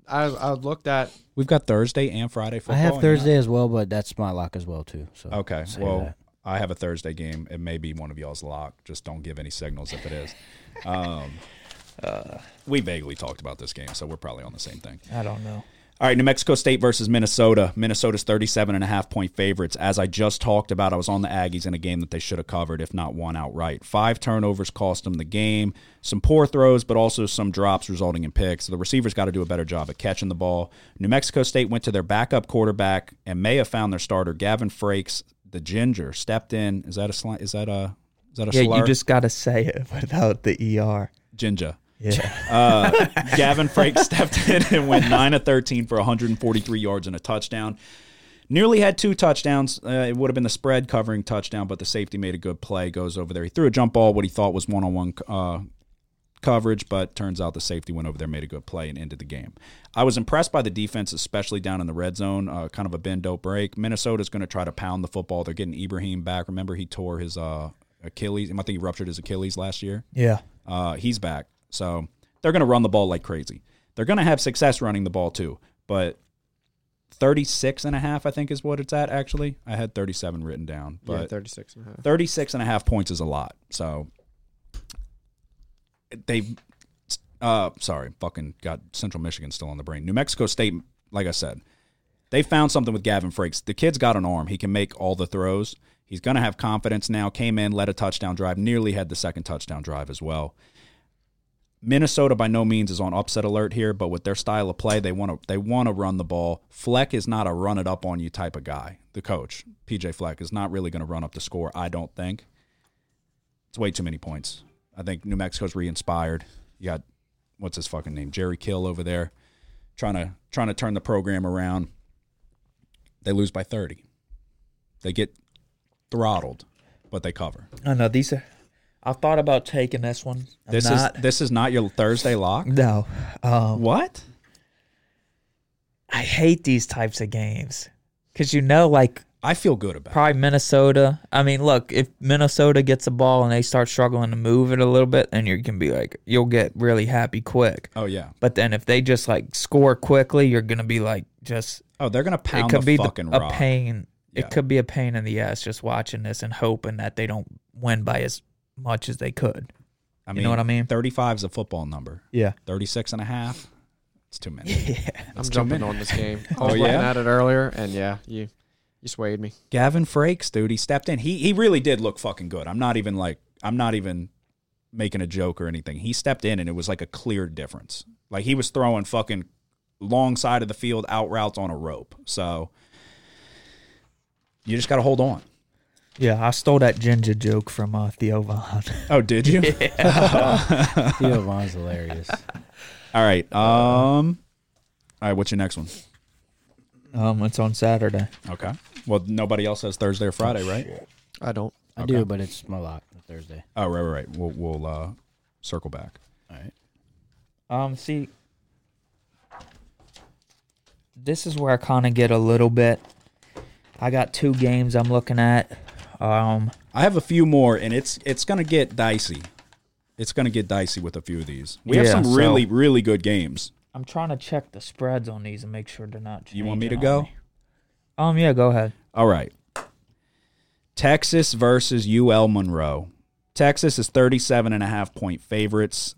F: I I looked at
C: We've got Thursday and Friday football.
E: I have
C: and you're
E: Thursday as well, but that's my lock as well too. So (laughs)
C: not- Okay.
E: save
C: Well,
E: that.
C: I have a Thursday game. It may be one of y'all's lock. Just don't give any signals if it is. Um, we vaguely talked about this game, so we're probably on the same thing.
D: I don't know.
C: All right, New Mexico State versus Minnesota. Minnesota's 37 and a half point favorites. As I just talked about, I was on the Aggies in a game that they should have covered, if not won outright. Five turnovers cost them the game, some poor throws, but also some drops resulting in picks. The receivers got to do a better job at catching the ball. New Mexico State went to their backup quarterback and may have found their starter, Gavin Frakes, the ginger, stepped in. Is that a slant? Is that a is that a
D: Yeah,
C: slur?
D: you just gotta say it (laughs) without the er.
C: ginger. (laughs)
D: Yeah,
C: Uh, Gavin Frank stepped in and went 9 of 13 for 143 yards and a touchdown. Nearly had two touchdowns. Uh, it would have been the spread covering touchdown, but the safety made a good play, goes over there. He threw a jump ball, what he thought was one on one uh, coverage, but turns out the safety went over there, made a good play, and ended the game. I was impressed by the defense, especially down in the red zone, uh, kind of a bend don't break. Minnesota's going to try to pound the football. They're getting Ibrahim back. Remember, he tore his uh, Achilles. I think he ruptured his Achilles last year.
D: Yeah.
C: Uh, he's back. So they're going to run the ball like crazy. They're going to have success running the ball too, but 36 and a half, I think, is what it's at, actually. I had 37 written down,
F: Yeah,
C: but
F: 36 and a half.
C: 36 and a half points is a lot. So they, uh, sorry, fucking got Central Michigan still on the brain. New Mexico State, like I said, they found something with Gavin Frakes. The kid's got an arm. He can make all the throws. He's going to have confidence now. Came in, led a touchdown drive, nearly had the second touchdown drive as well. Minnesota by no means is on upset alert here, but with their style of play, they want to they want to run the ball. Fleck is not a run it up on you type of guy. The coach, PJ Fleck, is not really going to run up the score, I don't think. It's way too many points. I think New Mexico's re-inspired. You got what's his fucking name? Jerry Kill over there trying to trying to turn the program around. They lose by 30. They get throttled, but they cover.
D: I know these are. I've thought about taking this one. I'm
C: this
D: not-
C: is this is not your Thursday lock.
D: no. Um,
C: What?
D: I hate these types of games because you know, like
C: I feel good about it.
D: probably Minnesota. I mean, look, if Minnesota gets a ball and they start struggling to move it a little bit, then you can be like, you'll get really happy quick.
C: Oh yeah.
D: But then if they just like score quickly, you're gonna be like, just
C: Oh, they're gonna pound
D: it could
C: the
D: be the-
C: fucking
D: a
C: rock.
D: pain.
C: Yeah.
D: It could be a pain in the ass just watching this and hoping that they don't win by as much as they could.
C: I
D: you know what I mean?
C: 35 is a football number.
D: Yeah.
C: 36 and a half. It's too
D: (laughs)
C: many.
F: I'm jumping on this game. I was
C: Oh,
F: looking
C: yeah?
F: at it earlier, and yeah, you you swayed me.
C: Gavin Frakes, dude, he stepped in. He he really did look fucking good. I'm not even like I'm not even making a joke or anything. He stepped in and it was like a clear difference. Like he was throwing fucking long side of the field out routes on a rope. So you just got to hold on.
D: Yeah, I stole that ginger joke from uh, Theo Vaughn.
C: Oh, did you?
E: Theo Vaughn's hilarious.
C: All right. Um All right, what's your next one?
D: (laughs) um, it's on Saturday.
C: Okay. Well, nobody else has Thursday or Friday, right?
F: I don't.
E: I do, but it's my lock for Thursday.
C: Oh, right, right, right. We'll we'll uh, circle back.
E: All right.
D: Um, see, this is where I kind of get a little bit. I got two games I'm looking at. Um,
C: I have a few more, and it's it's gonna get dicey. It's gonna get dicey with a few of these. We have
D: Yeah,
C: some
D: so-
C: really really good games.
D: I'm trying to check the spreads on these and make sure they're not.
C: You want me to
D: changing
C: go?
D: on me. Um, yeah, go ahead.
C: All right. Texas versus UL Monroe. Texas is 37 and a half point favorites.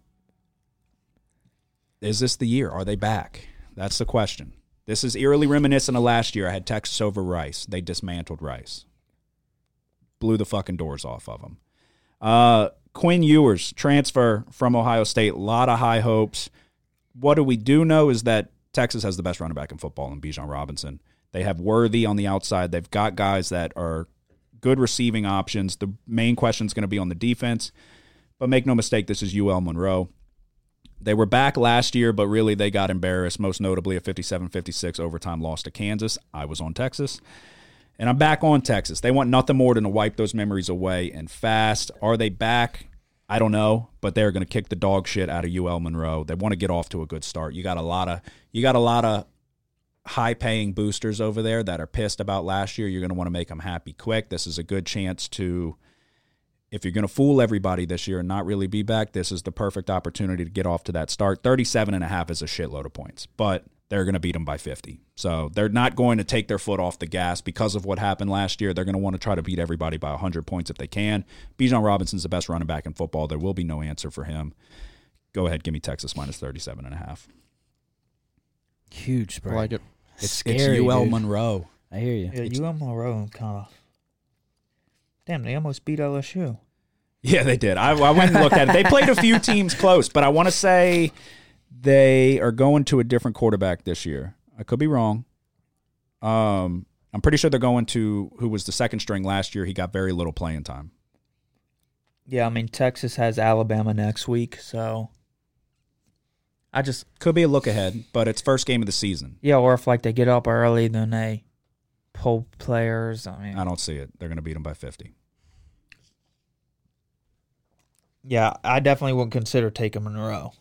C: Is this the year? Are they back? That's the question. This is eerily reminiscent of last year. I had Texas over Rice. They dismantled Rice. Blew the fucking doors off of them. Uh, Quinn Ewers, transfer from Ohio State. A lot of high hopes what do we do know is that Texas has the best running back in football in Bijan Robinson. They have Worthy on the outside. They've got guys that are good receiving options. The main question is going to be on the defense. But make no mistake, this is UL Monroe. They were back last year, but really they got embarrassed, most notably a 57 56 overtime loss to Kansas. I was on Texas. And I'm back on Texas. They want nothing more than to wipe those memories away and fast. Are they back? I don't know, but they're going to kick the dog shit out of UL Monroe. They want to get off to a good start. You got a lot of you got a lot of high paying boosters over there that are pissed about last year. You're going to want to make them happy quick. This is a good chance to if you're going to fool everybody this year and not really be back, this is the perfect opportunity to get off to that start. 37 and a half is a shitload of points, but they're going to beat them by 50. So they're not going to take their foot off the gas because of what happened last year. They're going to want to try to beat everybody by 100 points if they can. Bijan Robinson's the best running back in football. There will be no answer for him. Go ahead, give me Texas minus 37 and a half.
E: Huge spread.
F: I like it.
E: It's scary.
C: UL
E: dude.
C: Monroe.
E: I hear you.
D: Yeah, UM Monroe kind of. Damn, they almost beat LSU.
C: Yeah, they did. I, I went and looked at it. They played a few teams close, but I want to say they are going to a different quarterback this year. I could be wrong. Um, I'm pretty sure they're going to who was the second string last year. He got very little playing time.
D: Yeah, I mean Texas has Alabama next week, so I just
C: Could be a look ahead, but it's first game of the season.
D: yeah, or if like they get up early, then they pull players. I mean,
C: I don't see it. They're going to beat them by 50.
D: Yeah, I definitely wouldn't consider taking Monroe.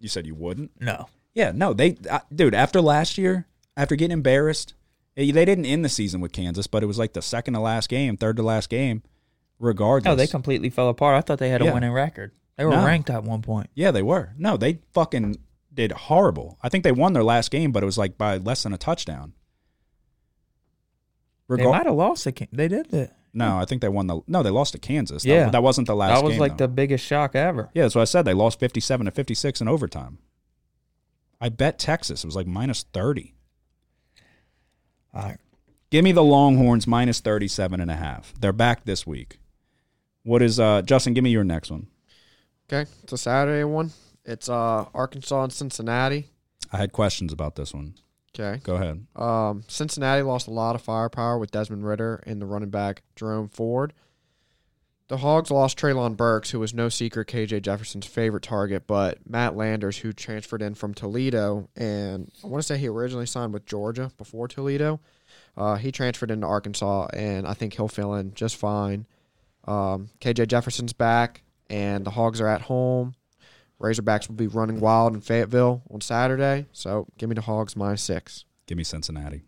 C: You said you wouldn't.
D: No.
C: Yeah, no, they, I, dude. After last year, after getting embarrassed, eh, they didn't end the season with Kansas, but it was like the second to last game, third to last game. Regardless,
D: No, Oh, they completely fell apart. I thought they had
C: Yeah.
D: a winning record. They were
C: No.
D: ranked at one point.
C: Yeah, they were. No, they fucking did horrible. I think they won their last game, but it was like by less than a touchdown. Regar-
D: they might have lost a game. They did it.
C: no, I think they won the. No, they lost to Kansas. That-
D: Yeah.
C: that, wasn't the last.
D: That was
C: game,
D: like
C: though.
D: the biggest shock ever.
C: Yeah, that's what I said. They lost fifty-seven to fifty-six in overtime. I bet Texas. It was like minus thirty.
D: All right.
C: Give me the Longhorns minus 37 and a half. They're back this week. What is uh Justin, give me your next one.
F: Okay, it's a Saturday one. It's uh Arkansas and Cincinnati.
C: I had questions about this one.
F: Okay.
C: Go ahead.
F: Um, Cincinnati lost a lot of firepower with Desmond Ritter and the running back Jerome Ford. The Hogs lost Traylon Burks, who was no secret KJ Jefferson's favorite target, but Matt Landers, who transferred in from Toledo, and I want to say he originally signed with Georgia before Toledo. Uh, he transferred into Arkansas, and I think he'll fill in just fine. Um, KJ Jefferson's back, and the Hogs are at home. Razorbacks will be running wild in Fayetteville on Saturday, so give me the Hogs minus six.
C: Give me Cincinnati.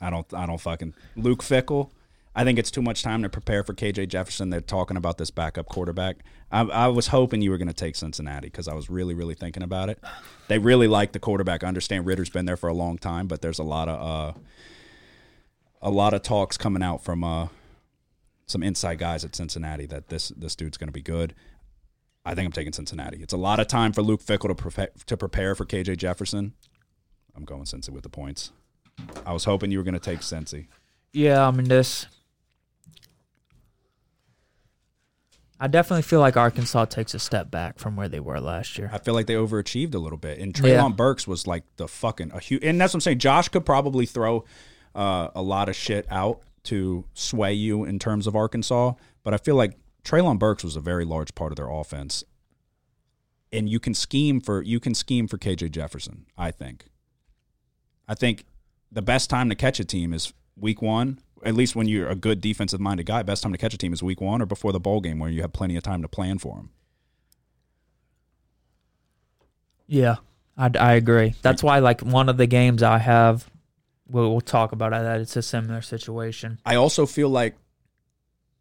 C: I don't I don't fucking Luke Fickle. I think it's too much time to prepare for KJ Jefferson. They're talking about this backup quarterback. I, I was hoping you were going to take Cincinnati because I was really, really thinking about it. They really like the quarterback. I understand Ritter's been there for a long time, but there's a lot of uh, a lot of talks coming out from uh, some inside guys at Cincinnati that this this dude's going to be good. I think I'm taking Cincinnati. It's a lot of time for Luke Fickle to prepare, to prepare for KJ Jefferson. I'm going Cincy with the points. I was hoping you were going to take Cincy.
D: Yeah, I mean this. I definitely feel like Arkansas takes a step back from where they were last year.
C: I feel like they overachieved a little bit, and Traylon
D: Yeah.
C: Burks was like the fucking a huge. And that's what I'm saying. Josh could probably throw uh, a lot of shit out to sway you in terms of Arkansas, but I feel like Traylon Burks was a very large part of their offense, and you can scheme for you can scheme for KJ Jefferson. I think. I think the best time to catch a team is week one. At least when you're a good defensive minded guy, best time to catch a team is week one or before the bowl game, where you have plenty of time to plan for them.
D: Yeah, I, I agree. That's why like one of the games I have, we'll, we'll talk about that. It's a similar situation.
C: I also feel like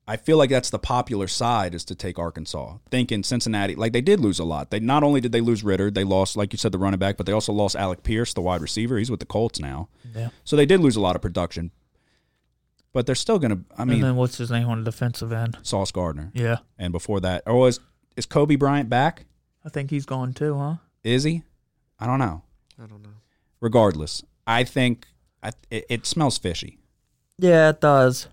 C: I feel like that's the popular side is to take Arkansas. Thinking Cincinnati, like they did lose a lot. They not only did they lose Ritter, they lost, like you said, the running back, but they also lost Alec Pierce, the wide receiver. He's with the Colts now,
D: Yeah.
C: so they did lose a lot of production. But they're still gonna. I mean,
D: and then what's his name on the defensive end?
C: Sauce Gardner,
D: Yeah,
C: and before that, oh, is is Kobe Bryant back?
D: I think he's gone too, huh?
C: Is he? I don't know.
F: I don't know.
C: Regardless, I think I, it, it smells fishy.
D: Yeah, it does.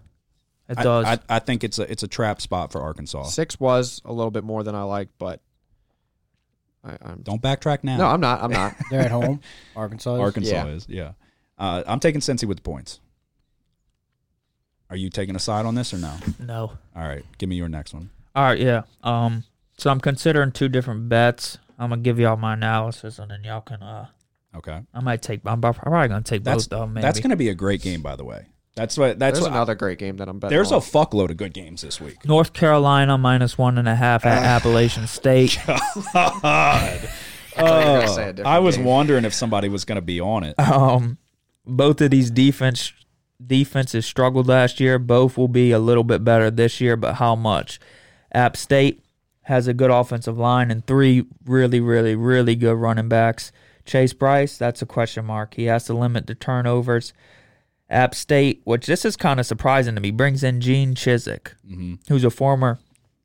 D: It
C: I-
D: does.
C: I, I think it's a it's a trap spot for Arkansas.
F: Six was a little bit more than I liked, but I, I'm
C: Don't backtrack now.
F: no, I'm not. I'm not.
E: They're at home, Arkansas. is-
C: Arkansas
F: Yeah.
C: is, yeah. Uh, I'm taking Cincy with the points. Are you taking a side on this or no?
D: no.
C: All right, give me your next one.
D: All right, yeah. Um, so I'm considering two different bets. I'm gonna give y'all my analysis, and then y'all can. Uh,
C: Okay,
D: I might take. I'm prob- probably gonna take
C: that's
D: both. of 'em, maybe.
C: that's going to be a great game, by the way. That's what (laughs) that's
F: There's
C: what
F: another great game that I'm betting.
C: there's a
F: on.
C: fuckload of good games this week.
D: North Carolina minus one and a half (laughs) at Appalachian State.
F: I thought you were gonna say a different
C: uh, I was
F: game.
C: wondering if somebody was going to be on it.
D: Um, both of these defense defenses struggled last year. Both will be a little bit better this year, but how much? App State has a good offensive line and three really, really, really good running backs. Chase Bryce, that's a question mark. He has to limit the turnovers. App State, which this is kind of surprising to me, brings in Gene Chiswick, who's a former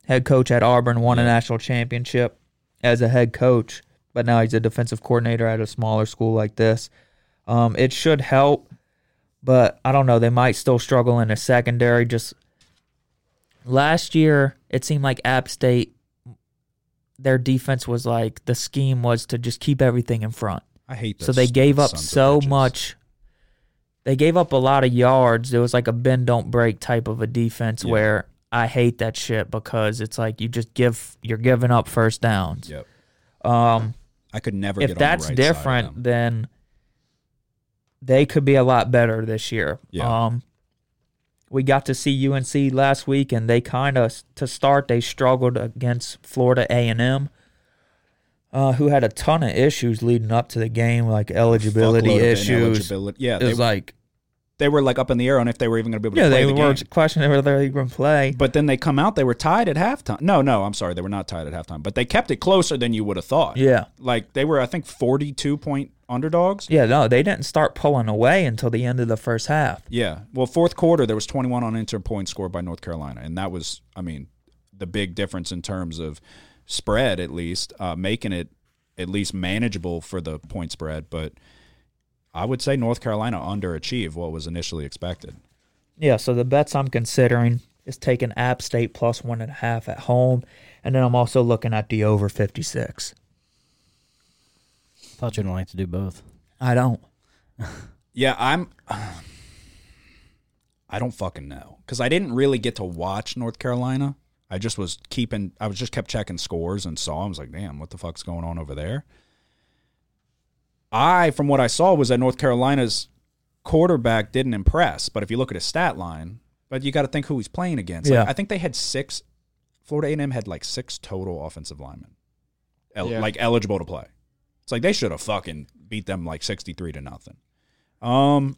D: head coach at Auburn, won a national championship as a head coach, but now he's a defensive coordinator at a smaller school like this. Um, it should help, but I don't know. They might still struggle in the secondary. Just last year, it seemed like App State, their defense was like the scheme was to just keep everything in front.
C: I hate.
D: so
C: those
D: they gave up
C: sons of
D: so
C: bitches.
D: much. They gave up a lot of yards. It was like a bend don't break type of a defense
C: Yeah.
D: where I hate that shit because it's like you just give you're giving up first downs.
C: Yep,
D: Um
C: I could never. get
D: if
C: on the
D: that's
C: right side of
D: different,
C: them.
D: then they could be a lot better this year.
C: Yeah.
D: Um, we got to see UNC last week, and they kind of to start they struggled against Florida A and M, uh, who had a ton of issues leading up to the game, like eligibility
C: Fuckload of
D: issues. It
C: ineligibility. Yeah, they,
D: was like
C: they were like up in the air on if they were even going to be able to
D: yeah,
C: play the
D: they were
C: game.
D: questioning whether they even play.
C: But then they come out, they were tied at halftime. No, no, I'm sorry, they were not tied at halftime, but they kept it closer than you would have thought.
D: Yeah.
C: like they were, I think, 42 point underdogs.
D: Yeah, no, they didn't start pulling away until the end of the first half.
C: Yeah. Well, fourth quarter there was 21 unanswered points scored by North Carolina, and that was, I mean, the big difference in terms of spread, at least uh, making it at least manageable for the point spread. But I would say North Carolina underachieved what was initially expected.
D: Yeah, so the bets I'm considering is taking App State plus one and a half at home, and then I'm also looking at the over 56.
E: Thought you didn't like to do both.
D: I don't.
C: Yeah, I'm. (sighs) I don't fucking know because I didn't really get to watch North Carolina. I just was keeping. I was just kept checking scores and saw. I was like, damn, what the fuck's going on over there? I, from what I saw, was that North Carolina's quarterback didn't impress. But if you look at his stat line, but you got to think who he's playing against. Like,
D: Yeah.
C: I think they had six. Florida A&M had like six total offensive linemen, el-
F: Yeah.
C: like eligible to play. It's like they should have fucking beat them like sixty-three to nothing. Um,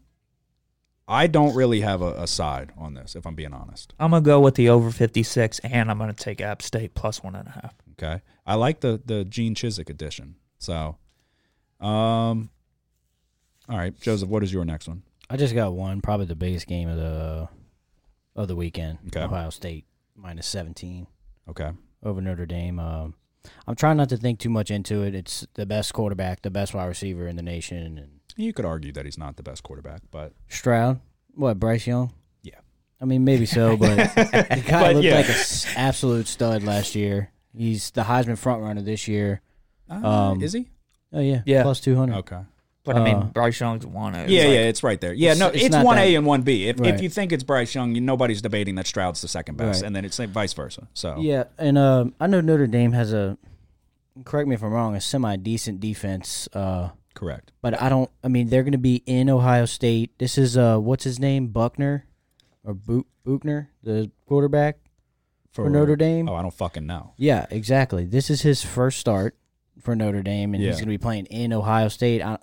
C: I don't really have a, a side on this, if I'm being honest.
D: I'm going to go with the over 56, and I'm going to take App State plus one and a half.
C: Okay, I like the the Gene Chiswick edition. So, um, all right, Joseph, what is your next one?
E: I just got one, probably the biggest game of the of the weekend.
C: Okay.
E: Ohio State minus seventeen
C: Okay,
E: over Notre Dame. Um, I'm trying not to think too much into it. It's the best quarterback, the best wide receiver in the nation, and
C: you could argue that he's not the best quarterback, but
E: Stroud. What Bryce Young?
C: Yeah.
E: I mean maybe so, but
C: (laughs)
E: the guy
C: But
E: looked
C: yeah.
E: like an absolute stud last year. He's the Heisman front runner this year.
C: uh,
E: Um,
C: is he?
E: Oh yeah,
D: Yeah.
E: plus two hundred.
C: Okay.
D: But I mean,
E: Uh,
D: Bryce Young's one. It was
C: Yeah,
D: like-
C: yeah, it's right there. Yeah,
E: It's-
C: no,
E: it's
C: it's
E: not
C: one
E: that-
C: A and one B. If,
E: Right.
C: if you think it's Bryce Young, you- nobody's debating that Stroud's the second best,
E: Right.
C: and then it's like vice versa. So
E: Yeah, and um, I know Notre Dame has a. Correct me if I'm wrong. A semi decent defense. Uh,
C: correct.
E: But I don't. I mean, they're going to be in Ohio State. This is uh, what's his name, Buckner, or Bu- Buchner, the quarterback for, Notre Dame.
C: Oh, I don't fucking know.
E: Yeah, exactly. This is his first start for Notre Dame, and
C: Yeah.
E: he's going to be playing in Ohio State. I,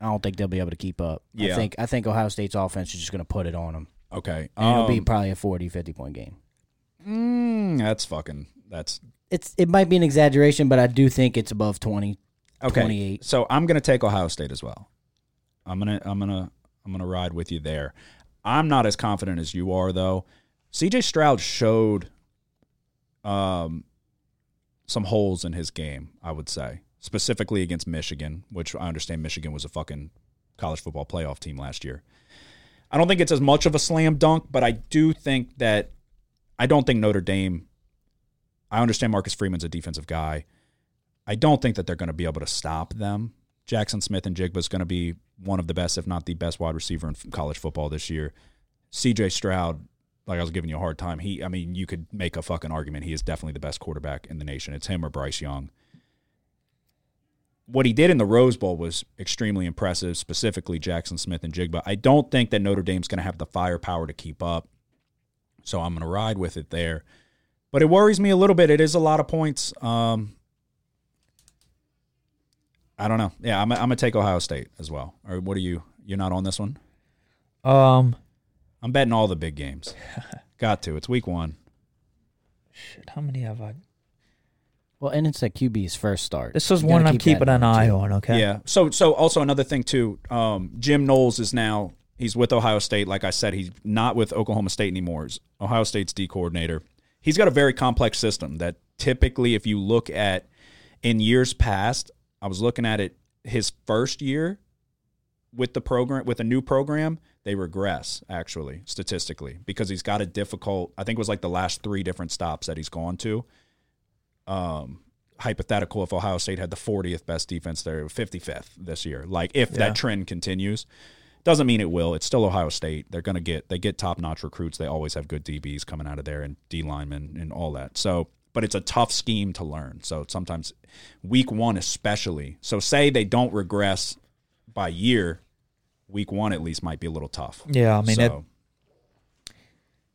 E: I don't think they'll be able to keep up.
C: Yeah.
E: I think I think Ohio State's offense is just going to put it on them,
C: Okay,
E: and it'll be
C: um,
E: probably a 40, 50 point game.
C: mm, that's fucking that's
E: It's it might be an exaggeration, but I do think it's above twenty.
C: okay.
E: 28.
C: So I'm gonna take Ohio State as well. I'm gonna I'm gonna I'm gonna ride with you there. I'm not as confident as you are though. CJ Stroud showed um some holes in his game, I would say. Specifically against Michigan, which I understand Michigan was a fucking college football playoff team last year. I don't think it's as much of a slam dunk, but I do think that I don't think Notre Dame I understand Marcus Freeman's a defensive guy. I don't think that they're going to be able to stop them. Jackson Smith and Jigba is going to be one of the best, if not the best, wide receiver in f- college football this year. C.J. Stroud, like I was giving you a hard time. He, I mean, you could make a fucking argument. He is definitely the best quarterback in the nation. It's him or Bryce Young. What he did in the Rose Bowl was extremely impressive, specifically Jackson Smith and Jigba. I don't think that Notre Dame's going to have the firepower to keep up, so I'm going to ride with it there. But it worries me a little bit. It is a lot of points. Um, I don't know. Yeah, I'm, I'm gonna take Ohio State as well. Or what are you? You're not on this one.
D: Um,
C: I'm betting all the big games. Got to. It's week one.
D: shit, how many have I?
E: Well, and it's a QB's first start.
D: This is
E: You gotta
D: one I'm
E: keep that
D: keeping
E: in
D: an
E: mind,
D: eye
E: too.
D: on, okay?
C: Yeah. So so also another thing too. Um, Jim Knowles is now he's with Ohio State. Like I said, he's not with Oklahoma State anymore. He's Ohio State's D coordinator. He's got a very complex system that typically, if you look at in years past, I was looking at it his first year with the program with a new program they regress actually statistically because he's got a difficult i think it was like the last three different stops that he's gone to um hypothetical if ohio state had the 40th best defense they're 55th this year like if
D: Yeah.
C: that trend continues doesn't mean it will it's still ohio state they're going to get they get top notch recruits they always have good dbs coming out of there and d linemen and all that so but it's a tough scheme to learn so sometimes week one especially so say they don't regress by year week one at least might be a little tough
D: Yeah, I mean, it,
C: so,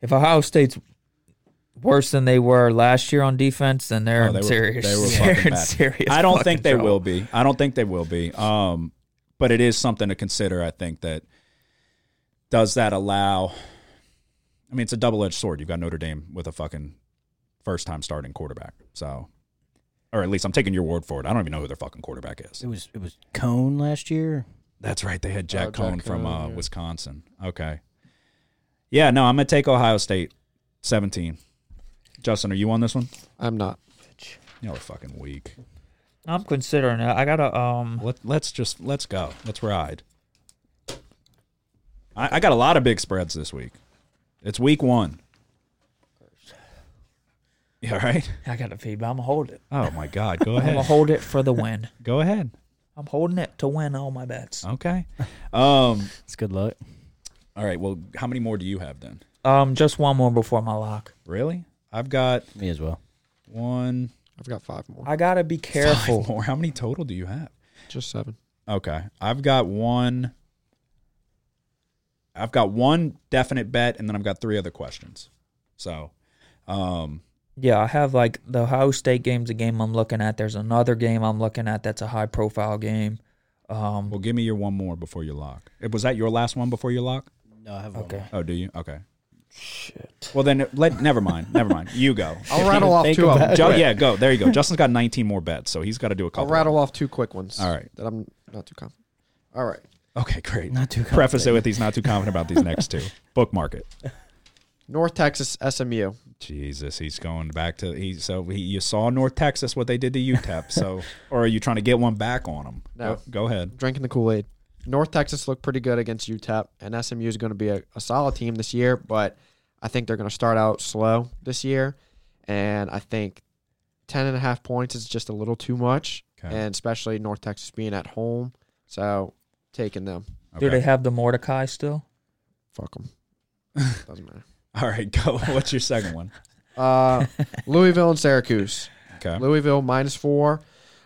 D: If Ohio State's worse than they were last year on defense, then they're
C: Oh,
D: in
C: they were-
D: serious.
C: they were
D: (laughs) they're
C: fucking
D: in
C: bad.
D: serious
C: I don't
D: fucking
C: think they
D: trouble.
C: will be. I don't think they will be. Um, but it is something to consider. I think that does that allow? I mean, it's a double edged sword. You've got Notre Dame with a fucking first time starting quarterback. So, or at least I'm taking your word for it. I don't even know who their fucking quarterback is.
E: It was it was Cone last year.
C: That's right. They had Jack
F: Oh, Jack
C: Cohn from
F: Cohn,
C: uh,
F: yeah.
C: Wisconsin. Okay. Yeah, no, I'm gonna take Ohio State, 17. Justin, are you on this one?
F: I'm not.
C: Y'all are fucking weak.
D: I'm considering it. I gotta um.
C: Let, let's just let's go. Let's ride. I, I got a lot of big spreads this week. It's week one. (laughs) Yeah, right.
D: I gotta feed, but I'm gonna hold it.
C: Oh my God, go
D: I'm gonna
C: ahead.
D: hold it
C: (laughs)
D: for the win.
C: Go ahead.
D: I'm holding it to win all my bets.
C: Okay. Um.
E: It's good luck.
C: All right. Well, how many more do you have then?
D: Um, just one more before my lock.
C: Really? I've got
E: Me as well.
C: one.
F: I've got five more.
D: I gotta be careful.
C: Five more. How many total do you have?
F: Just
C: (laughs)
F: seven.
C: Okay. I've got one. I've got one definite bet, and then I've got three other questions. So, um,
D: Yeah, I have like the Ohio State game's a game I'm looking at. There's another game I'm looking at that's a high profile game. Um,
C: Well, give me your one more before your lock. Uh, Was that your last one before your lock?
E: No, I have
D: okay.
C: Oh, do you? Okay. Shit. Well, then let never mind. Never mind. You go.
F: I'll rattle off
E: think
F: two of them.
C: Ju-
F: quick.
C: yeah, go. There you go. Justin's got 19 more bets, so he's got to do a
F: I'll
C: couple.
F: rattle off two quick ones.
C: All right.
F: That I'm not too confident. All right.
C: Okay, great.
E: Not too
C: Preface it with he's not too confident about these next two. Bookmark it.
F: North Texas SMU.
C: Jesus, he's going back to he. So he, you saw North Texas what they did to UTEP. So,
F: (laughs)
C: or are you trying to get one back on them?
F: No.
C: Go, go ahead.
F: Drinking the Kool Aid. North Texas looked pretty good against UTEP, and SMU is going to be a, a solid team this year, but I think they're going to start out slow this year. And I think 10 and a half points is just a little too much,
C: Okay.
F: and especially North Texas being at home. So taking them.
D: Do they
C: Okay.
D: have the Mordecai still?
F: Fuck them. Doesn't matter.
C: All right, go. (laughs) What's your second one?
F: Uh, Louisville and Syracuse.
C: Okay.
F: Louisville minus four.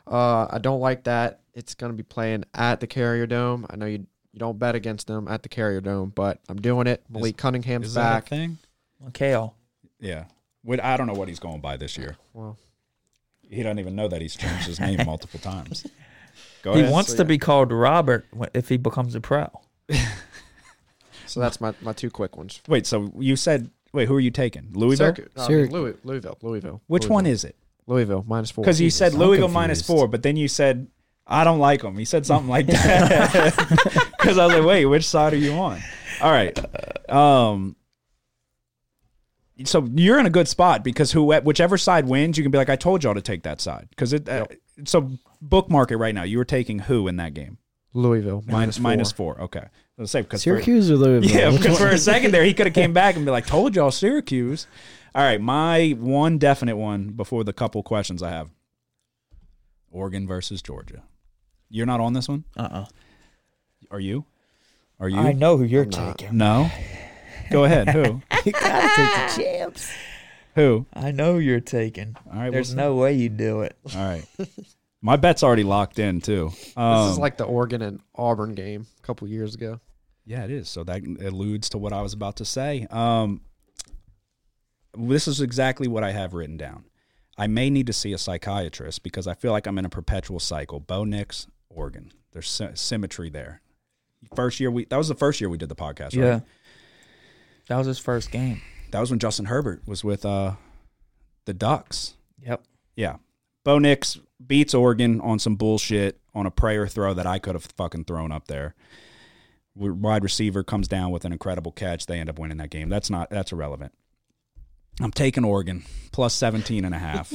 F: Uh, I don't like that. It's going to be playing at the Carrier Dome. I know you you don't bet against them at the Carrier Dome, but I'm doing it. Malik Cunningham's
C: Is that a
F: back.
C: thing?
D: Kale.
C: Yeah. What I don't know what he's going by this year.
F: Well,
C: He doesn't even know that he's changed his name
F: (laughs)
C: multiple times. Go
D: He
C: ahead.
D: wants
F: so
D: to
F: yeah.
D: be called Robert wh- if he becomes a pro.
F: so that's my, my two quick ones.
C: wait, so you said wait, who are you taking? Louisville?
F: Syracuse- uh,
E: Syrac-
F: Louis, Louisville, Louisville.
C: Which
F: Louisville.
C: one is it?
F: Louisville minus four?
C: Because you said
E: I'm
C: Louisville minus
E: confused.
C: four, but then you said I don't like him. You said something like that. (laughs) Because I was like, wait, which side are you on? All right. Um. So you're in a good spot because who, whichever side wins, you can be like, I told y'all to take that side. Because it. Uh, so bookmark it right now. You were taking who in that game?
F: Louisville minus four.
C: minus four. Okay. Let's say because for-
E: Syracuse or Louisville?
C: Yeah, because for a second there, he could have came back and be like, "Told y'all, Syracuse." All right, my one definite one before the couple questions I have: Oregon versus Georgia. You're not on this one,
D: Uh uh
C: are you? Are you?
D: I know who you're taking.
C: No. Go ahead. Who?
E: you gotta take the champs.
C: Who?
D: I know who you're taking.
C: All right.
D: There's
C: we'll
D: no way you
C: (laughs)
D: do it.
C: see. All right. My bet's already locked in too. Um,
F: This is like the Oregon and Auburn game a couple years ago.
C: Yeah, it is. So that alludes to what I was about to say. Um, this is exactly what I have written down. I may need to see a psychiatrist because I feel like I'm in a perpetual cycle. Bo Nix, Oregon. There's sy- symmetry there. First year we that was the first year we did the podcast. Right?
D: Yeah. That was his first game.
C: that was when Justin Herbert was with uh, the Ducks.
D: Yep.
C: Yeah. Bo Nix beats Oregon on some bullshit on a prayer throw that I could have fucking thrown up there. Wide receiver comes down with an incredible catch. They end up winning that game. That's not that's irrelevant. I'm taking Oregon plus 17 and a
D: (laughs)
C: half.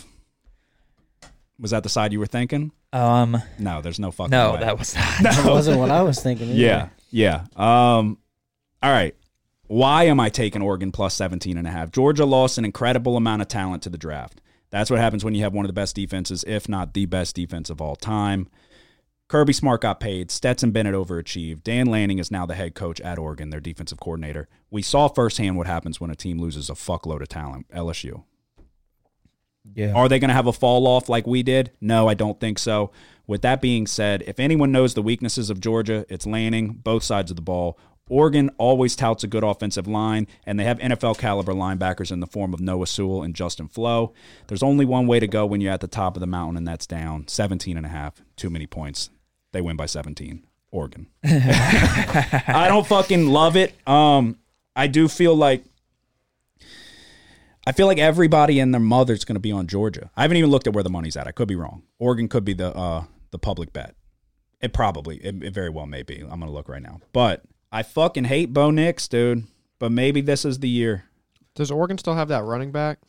C: was that the side you were thinking?
D: Um.
C: No, there's no fucking
D: No,
C: way. (laughs)
D: that was not.
E: That wasn't what I was thinking. either.
C: Yeah. Yeah. Um, all right. Why am I taking Oregon plus 17 and a half? Georgia lost an incredible amount of talent to the draft. That's what happens when you have one of the best defenses, if not the best defense of all time. Kirby Smart got paid. Stetson Bennett overachieved. Dan Lanning is now the head coach at Oregon, their defensive coordinator. We saw firsthand what happens when a team loses a fuckload of talent. LSU.
E: Yeah.
C: Are they going to have a fall off like we did? No, I don't think so. With that being said, if anyone knows the weaknesses of Georgia, it's Lanning, both sides of the ball. Oregon always touts a good offensive line, and they have NFL caliber linebackers in the form of Noah Sewell and Justin Flo. There's only one way to go when you're at the top of the mountain, and that's down 17 and a half. Too many points. They win by 17. Oregon. (laughs) I don't fucking love it. Um, I do feel like I feel like everybody and their mother's going to be on Georgia. I haven't even looked at where the money's at. I could be wrong. Oregon could be the uh, the public bet. It probably, it, it very well may be. I'm going to look right now. But I fucking hate Bo Nix, dude. But maybe this is the year.
F: Does Oregon still have that running back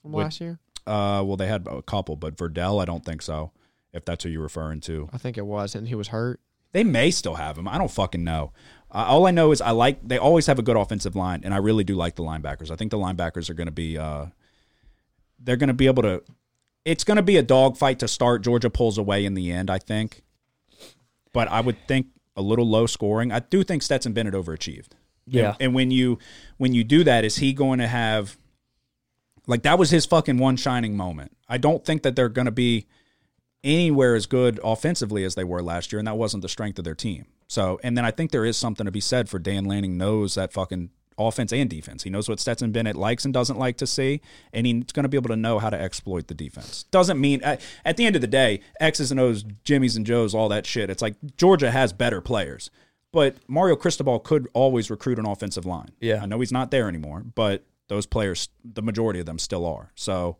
F: from
C: Would-
F: last year?
C: Uh, well, they had a couple, but Verdell, I don't think so. If that's who you're referring to,
F: I think it was, and he was hurt.
C: They may still have him. I don't fucking know. Uh, all I know is I like they always have a good offensive line, and I really do like the linebackers. I think the linebackers are going to be uh, they're going to be able to. It's going to be a dogfight to start. Georgia pulls away in the end, I think. But I would think a little low scoring. I do think Stetson Bennett overachieved.
D: Yeah.
C: And, and when you when you do that, is he going to have like that was his fucking one shining moment? I don't think that they're going to be anywhere as good offensively as they were last year, and that wasn't the strength of their team. So, and then I think there is something to be said for Dan Lanning knows that fucking offense and defense. He knows what Stetson Bennett likes and doesn't like to see, and he's going to be able to know how to exploit the defense. Doesn't mean at, at the end of the day, X's and O's, Jimmys and Joes, all that shit. It's like Georgia has better players, but Mario Cristobal could always recruit an offensive line.
D: Yeah.
C: I know he's not there anymore, but those players, the majority of them, still are. So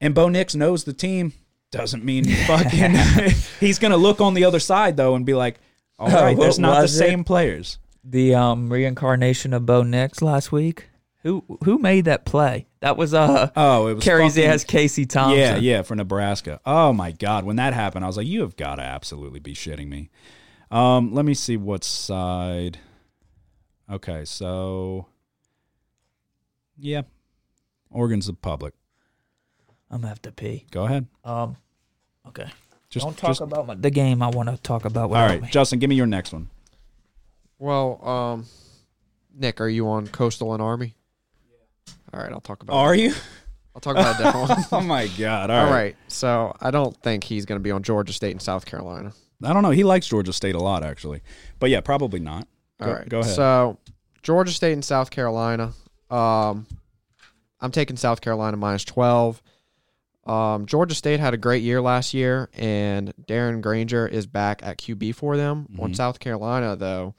C: and Bo Nix knows the team. Doesn't mean fucking. (laughs) he's gonna look on the other side though and be like, "All right,
D: What
C: there's not the
D: was it?
C: same players."
D: The um, reincarnation of Bo Nix last week. Who who made that play? That was uh
C: Oh, it was
D: Carries
C: fucking-
D: ass Casey Thompson.
C: Yeah, yeah, for Nebraska. Oh my god, when that happened, I was like, "You have got to absolutely be shitting me." Um, let me see what side. Okay, so yeah, Oregon's the public.
D: I'm gonna have to pee.
C: Go ahead.
D: Um, okay.
C: Just
D: Don't talk
C: just-
D: about my, the game. I want to talk about.
C: All
D: without
C: right,
D: me.
C: Justin, give me your next one.
F: Well, um, Nick, are you on Coastal and Army? All right, I'll talk about.
C: Are you?
F: I'll talk about that one.
C: (laughs) Oh my god!
F: All right, so I don't think he's going to be on Georgia State and South Carolina.
C: I don't know. He likes Georgia State a lot, actually. But yeah, probably not. Go,
F: All right.
C: go ahead.
F: So, Georgia State and South Carolina. Um, I'm taking South Carolina minus 12. Um, Georgia State had a great year last year, and Darren Granger is back at QB for them.
C: Mm-hmm.
F: On South Carolina, though,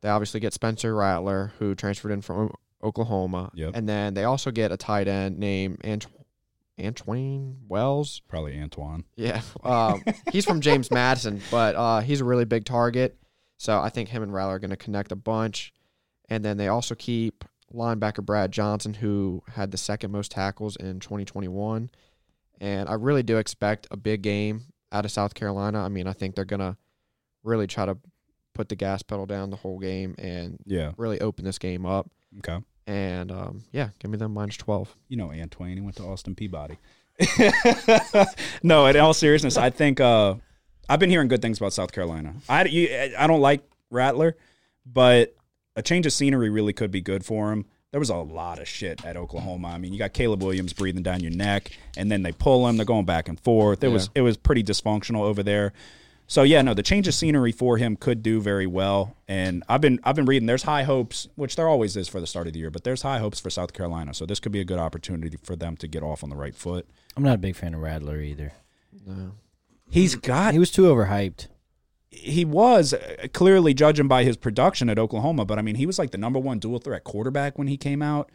F: they obviously get Spencer Rattler, who transferred in from Oklahoma.
C: Yep.
F: And then they also get a tight end named Ant- Antoine Wells.
C: Probably Antoine.
F: Yeah, (laughs) um, he's from James Madison, but uh, he's a really big target. So I think him and Rattler are going to connect a bunch. And then they also keep linebacker Brad Johnson, who had the second most tackles in 2021. And I really do expect a big game out of South Carolina. I mean, I think they're going to really try to put the gas pedal down the whole game and
C: Yeah.
F: really open this game up.
C: Okay.
F: And um, yeah, give me them minus 12.
C: You know Antoine. He went to Austin Peabody. (laughs) no, in all seriousness, I think uh, I've been hearing good things about South Carolina. I, you, I don't like Rattler, but a change of scenery really could be good for him. There was a lot of shit at Oklahoma. I mean, you got Caleb Williams breathing down your neck, and then they pull him. They're going back and forth. It was it was pretty dysfunctional over there. So yeah, no, the change of scenery for him could do very well. And I've been I've been reading there's high hopes, which there always is for the start of the year, but there's high hopes for South Carolina. So this could be a good opportunity for them to get off on the right foot.
E: I'm not a big fan of Rattler either.
C: He's got
E: He was too overhyped.
C: he was uh, clearly judging by his production at Oklahoma, but I mean, he was like the number one dual threat quarterback when he came out.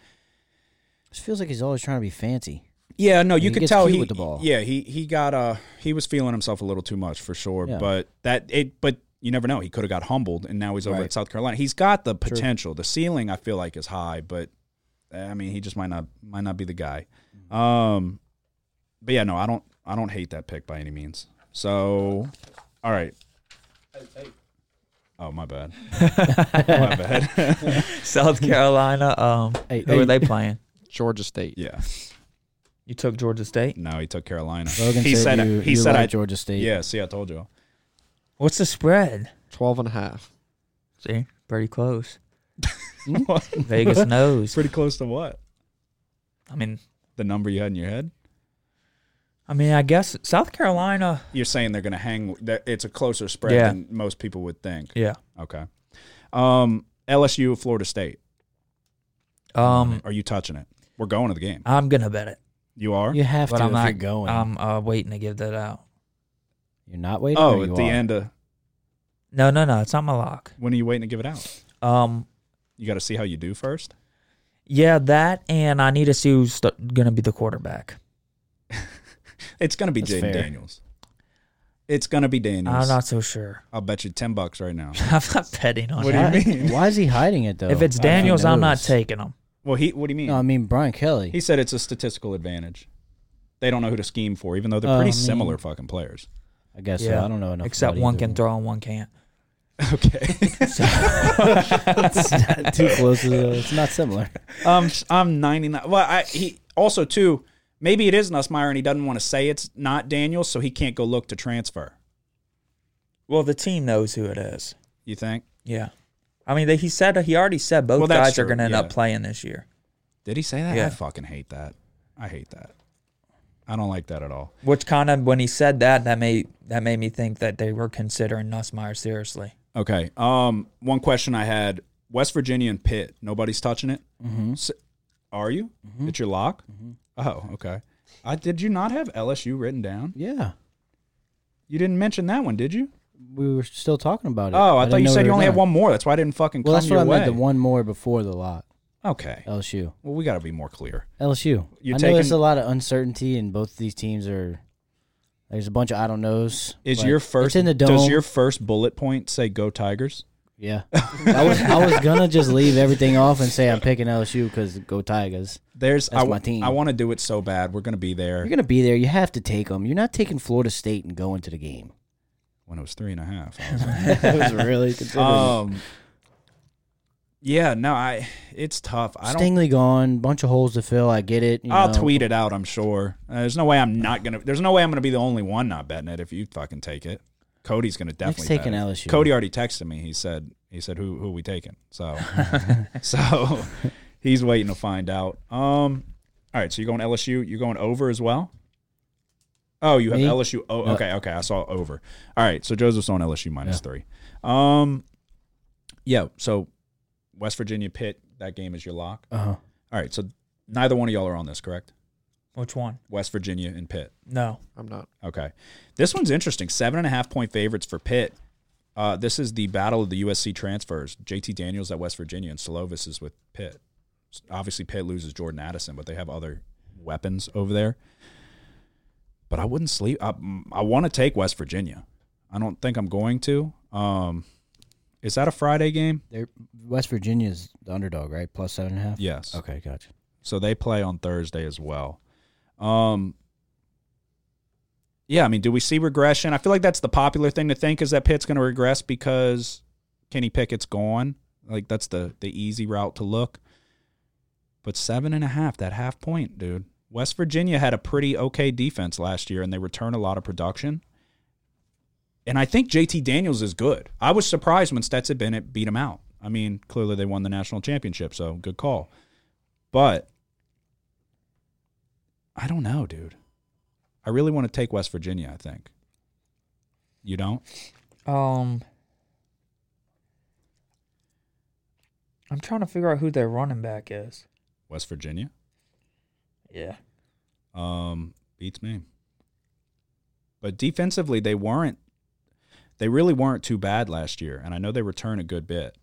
E: It feels like he's always trying to be fancy.
C: Yeah, no, you
E: he
C: could
E: gets
C: tell
E: cute
C: he
E: with the ball.
C: yeah he he got uh he was feeling himself a little too much for sure,
E: Yeah.
C: but that it but you never know he could have got humbled and now he's over
E: Right.
C: at South Carolina. He's got the potential, the ceiling I feel like is high, but uh, I mean he just might not might not be the guy.
E: Mm-hmm.
C: Um, but yeah, no, I don't I don't hate that pick by any means. So, all right. Oh my bad, my bad.
D: (laughs)
C: (laughs)
D: South Carolina. Um,
E: Hey,
D: who
E: hey.
D: are they playing?
F: Georgia State.
C: Yeah.
D: You took Georgia State.
C: No, he took Carolina.
E: Logan
C: he
E: said,
C: said
E: you,
C: he
E: you
C: said
E: like
C: I
E: Georgia State.
C: Yeah, see I told you.
D: What's the spread?
F: 12 and a half.
D: See, pretty close.
C: (laughs)
E: Mm-hmm.
D: Vegas knows.
C: Pretty close to what?
D: I mean,
C: The number you had in your head?
D: I mean, I guess South Carolina.
C: You're saying they're going to hang that it's a closer spread
D: Yeah.
C: than most people would think.
D: Yeah.
C: Okay. Um, LSU, Florida State.
D: Um,
C: Are you touching it? We're going to the game.
D: I'm gonna bet it,
C: You are.
E: You have
D: but
E: to
D: I'm
E: if
D: not
E: you're going.
C: um,
D: I'm uh, waiting to give that out.
E: you're not waiting. or
C: Oh,
E: you
C: at the
E: are?
C: end of
D: No, no, no. It's not my lock.
C: when are you waiting to give it out?
D: Um,
C: You got to see how you do first.
D: yeah, that, and I need to see who's st- gonna be the quarterback.
C: It's going to be
E: That's
C: Jaden
E: fair.
C: Daniels. It's going to be Daniels.
D: I'm not so sure. (laughs)
C: I'll bet you ten bucks right now.
D: I'm not betting on
C: What do
D: it.
C: you
E: Why-
C: mean?
E: Why is he hiding it though?
D: (laughs) If it's
E: He
D: Daniels, I'm not
E: knows.
D: taking him.
C: Well, he. What do you mean?
E: No, I mean Brian Kelly.
C: he said it's a statistical advantage. They don't know who to scheme for, even though they're
E: Oh,
C: pretty
E: I mean-
C: similar fucking players. (laughs)
E: I guess
D: Yeah.
E: so. I don't know enough.
D: Except
E: about
D: one
E: either
D: can throw and one can't.
C: Okay.
E: it's (laughs) not too close. To the, it's
C: (laughs)
E: not similar.
C: um, I'm 99. Well, I, he also too. Maybe it is Nussmeyer, and he doesn't want to say it's not Daniels, so he can't go look to transfer.
D: Well, the team knows who it is.
C: You think?
D: Yeah, I mean, they, he said he already said both
C: Well, that's
D: guys are
C: true,
D: gonna end
C: yeah.
D: up playing this year.
C: Did he say that? I
D: Yeah.
C: fucking hate that. I hate that. I don't like that at all.
D: Which kind of when he said that, that made that made me think that they were considering Nussmeyer seriously.
C: Okay. Um, one question I had: West Virginia and Pitt. Nobody's touching it.
E: Mm-hmm.
C: S- are you? It's your lock. Oh, okay. I did you not have LSU written down?
E: Yeah,
C: You didn't mention that one, did you?
E: we were still talking about it.
C: Oh, I,
E: didn't
C: thought you
E: know
C: said
E: we
C: you
E: were
C: only had
E: done.
C: one more. That's why I didn't fucking come
E: Well, that's what
C: your
E: I
C: way.
E: meant. The one more before the lot.
C: Okay.
E: LSU.
C: Well, we got to be more clear.
E: LSU.
C: You're
E: I know there's
C: taking-
E: a lot of uncertainty, and both these teams are. There's a bunch of I don't knows.
C: Is
E: but
C: your first
E: It's in the dome.
C: does your first bullet point say go Tigers?
E: (laughs) yeah. I was I was gonna just leave everything off and say I'm picking LSU because go Tigers.
C: There's
E: That's
C: I,
E: my team.
C: I want to do it so bad. We're gonna be there
E: You're gonna be there. You have to take them. You're not taking Florida State and going to the game. (laughs)
C: when it was three and a half. I was like,
E: that was really considerable.
C: um, yeah, no, I it's tough. I don't.
E: Stingley gone. Bunch of holes to fill. I get it. you
C: I'll
E: know.
C: tweet it out. I'm sure. Uh, there's no way I'm not gonna. There's no way I'm gonna be the only one not betting it if you fucking take it. Cody's gonna definitely
E: taking
C: bet it.
E: LSU.
C: Cody already texted me. He said he said who who we taking.
E: (laughs)
C: So so he's waiting to find out. Um. All right. So you're going LSU. You're going over as well. Oh, you have
E: Me?
C: LSU. Oh,
E: No.
C: okay, okay. I saw over. All right. So Joseph's on LSU minus three. Um. Yeah. So West Virginia Pitt. That game is your lock.
E: Uh-huh.
C: All right. So neither one of y'all are on this, correct?
D: Which one?
C: West Virginia and Pitt.
D: No.
F: I'm not.
C: Okay. This one's interesting. Seven and a half point favorites for Pitt. Uh, this is the battle of the USC transfers. JT Daniels at West Virginia and Slovis is with Pitt. S- Obviously, Pitt loses Jordan Addison, but they have other weapons over there. But I wouldn't sleep. I, mm, I want to take West Virginia. I don't think I'm going to. Um, is that a Friday game?
E: They're, West Virginia's the underdog, right? Plus seven and a half.
C: Yes.
E: Okay, gotcha.
C: So they play on Thursday as well. Um Yeah, I mean, do we see regression? I feel like that's the popular thing to think is that Pitt's going to regress because Kenny Pickett's gone. Like that's the the easy route to look. But seven and a half, that half point, dude. West Virginia had a pretty okay defense last year, and they return a lot of production. And I think JT Daniels is good. I was surprised when Stetson Bennett beat him out. I mean, clearly they won the national championship, so good call. But I don't know, dude. I really want to take West Virginia, I think. You don't?
D: Um, I'm trying to figure out who their running back is.
C: West Virginia?
D: Yeah.
C: Um, beats me. But defensively, they weren't. They really weren't too bad last year, and I know they return a good bit.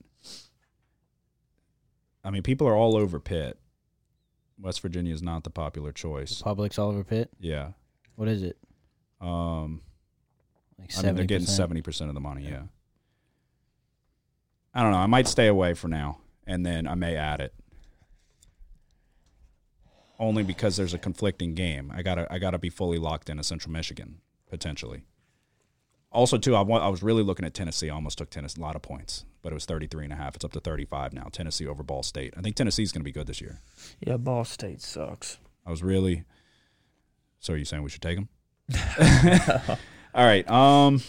C: I mean, people are all over Pitt. West Virginia is not the popular choice.
E: Publix Oliver Pitt.
C: Yeah.
E: What is it?
C: Um,
E: Like
C: I mean, they're getting
E: 70%?
C: seventy percent of the money. Yeah. I don't know. I might stay away for now, and then I may add it. Only because there's a conflicting game. I gotta I gotta be fully locked into Central Michigan potentially. Also, too, I, wa- I was really looking at Tennessee. I almost took Tennessee a lot of points, but it was 33 and a half. It's up to 35 now. Tennessee over Ball State. I think Tennessee's going to be good this year.
D: Yeah, Ball State sucks.
C: I was really. So are you saying we should take
D: (laughs)
C: them? All right. Um,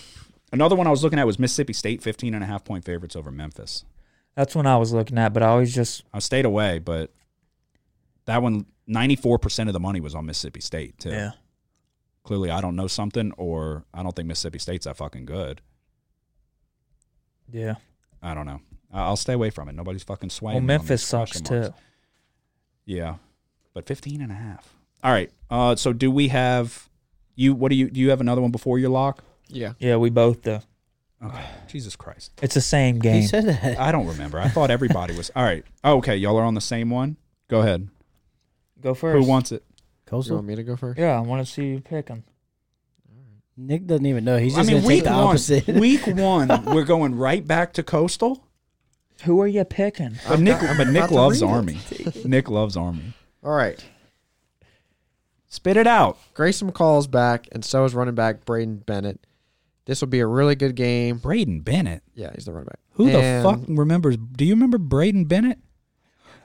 C: another one I was looking at was Mississippi State, 15 and a half point favorites over Memphis.
D: That's when I was looking at, but I always just
C: I stayed away, but that one, 94% of the money was on Mississippi State, too. Clearly, I don't know something, or I don't think Mississippi State's that fucking good.
D: yeah.
C: I don't know. I- I'll stay away from it. Nobody's fucking swaying.
D: Well,
C: me on
D: Memphis
C: these
D: sucks
C: question marks.
D: too.
C: Yeah. But 15 and a half. All right. Uh, so do we have you what do you do you have another one before your lock?
F: Yeah.
D: Yeah, we both do.
C: Okay. Jesus Christ.
D: It's the same game.
E: He said that.
C: I don't remember. I thought everybody was. All right. Oh, okay. Y'all are on the same one. Go ahead.
D: Go first.
C: Who wants it?
F: You
E: (laughs) Coastal.
F: want me to go first?
D: Yeah, I want to see you picking.
E: Nick doesn't even know. He's
C: I
E: just
C: mean,
E: gonna
C: week
E: take the
C: one.
E: opposite. (laughs)
C: Week one, we're going right back to coastal.
D: Who are you picking?
C: But Nick, but Nick
F: to
C: loves
F: read it.
C: Army. (laughs) Nick loves Army.
F: All right.
C: Spit it out.
F: Grayson McCall's back, and so is running back Braden Bennett. This will be a really good game.
C: Braden Bennett.
F: Yeah, he's the running back.
C: Who
F: And-
C: the fuck remembers? Do you remember Braden Bennett?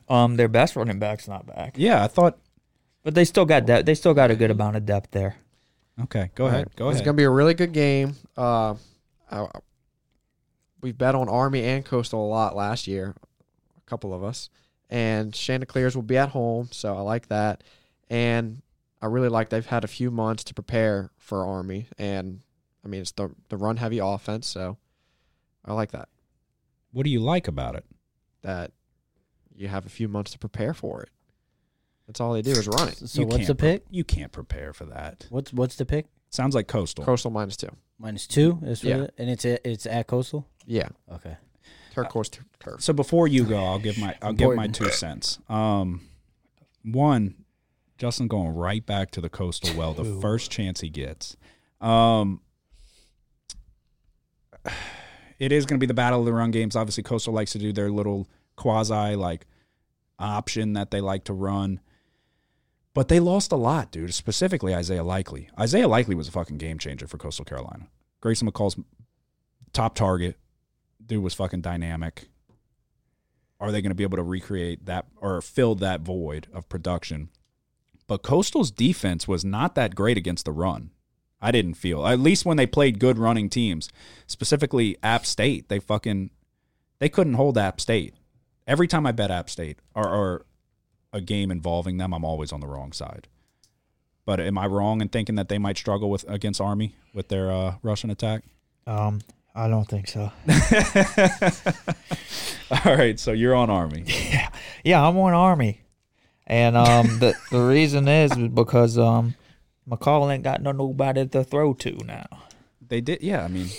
D: Um, their best running back's not back,
C: Yeah, I thought.
D: but they still got de- they still got a good amount of depth there.
C: Okay, go ahead. Go
F: It's
C: ahead.
F: going to be a really good game. Uh, I, I- we bet on Army and Coastal a lot last year, a couple of us. And Chanticleers will be at home, so I like that. And I really like they've had a few months to prepare for Army. And, I mean, it's the, the run heavy offense, so I like that.
C: what do you like about it?
F: That you have a few months to prepare for it. That's all they do is run it.
E: So
C: You
E: what's
C: can't
E: the
C: pre-
E: pick?
C: you can't prepare for that.
E: What's what's the pick?
C: Sounds like coastal.
F: Coastal minus two.
E: Minus two. Is for
F: Yeah.
E: the- and it's a, it's at coastal.
F: Yeah.
E: Okay.
F: Turf course tur- turf.
C: Uh, So before you go, I'll give my I'll give my two cents. Um, one, Justin going right back to the coastal well the first chance he gets. Um, it is going to be the battle of the run games. Obviously, coastal likes to do their little quasi like option that they like to run. But they lost a lot, dude. Specifically, Isaiah Likely. Isaiah Likely was a fucking game changer for Coastal Carolina. Grayson McCall's top target. Dude was fucking dynamic are they going to be able to recreate that or fill that void of production? But Coastal's defense was not that great against the run. I didn't feel, at least when they played good running teams, specifically App State, they fucking they couldn't hold App State. Every time I bet App State or, or a game involving them, I'm always on the wrong side. But am I wrong in thinking that they might struggle with against Army with their uh, Russian attack? (laughs)
D: Um, I don't think so.
C: All right, so you're on Army.
D: Yeah, I'm on Army, and um, the the reason is because um, McCall ain't got no nobody to throw to now.
C: They did, yeah. I mean,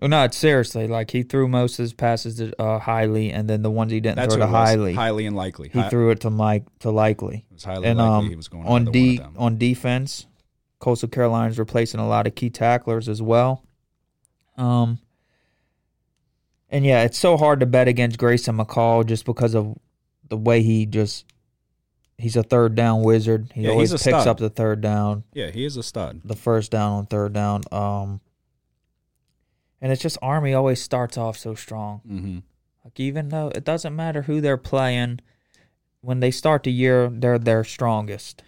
D: Well, no, it's seriously, like he threw most of his passes to uh, Hiley, and then the ones he didn't
C: that's
D: throw
C: what
D: to
C: it was.
D: Hiley,
C: highly and likely.
D: he
C: Hi-
D: threw it to Mike to Likely.
C: It was highly
D: and
C: likely
D: um,
C: he was going
D: on
C: on
D: de-
C: one of them.
D: on defense, Coastal Carolina's replacing a lot of key tacklers as well. Um, and yeah, it's so hard to bet against Grayson McCall just because of the way he just he's a third down wizard. He
C: Yeah, he's
D: always
C: a
D: picks
C: stud.
D: up the third down,
C: yeah, he is a stud.
D: the first down on third down. Um, and it's just Army always starts off so strong.
C: Mm-hmm.
D: Like even though it doesn't matter who they're playing, when they start the year, they're their strongest.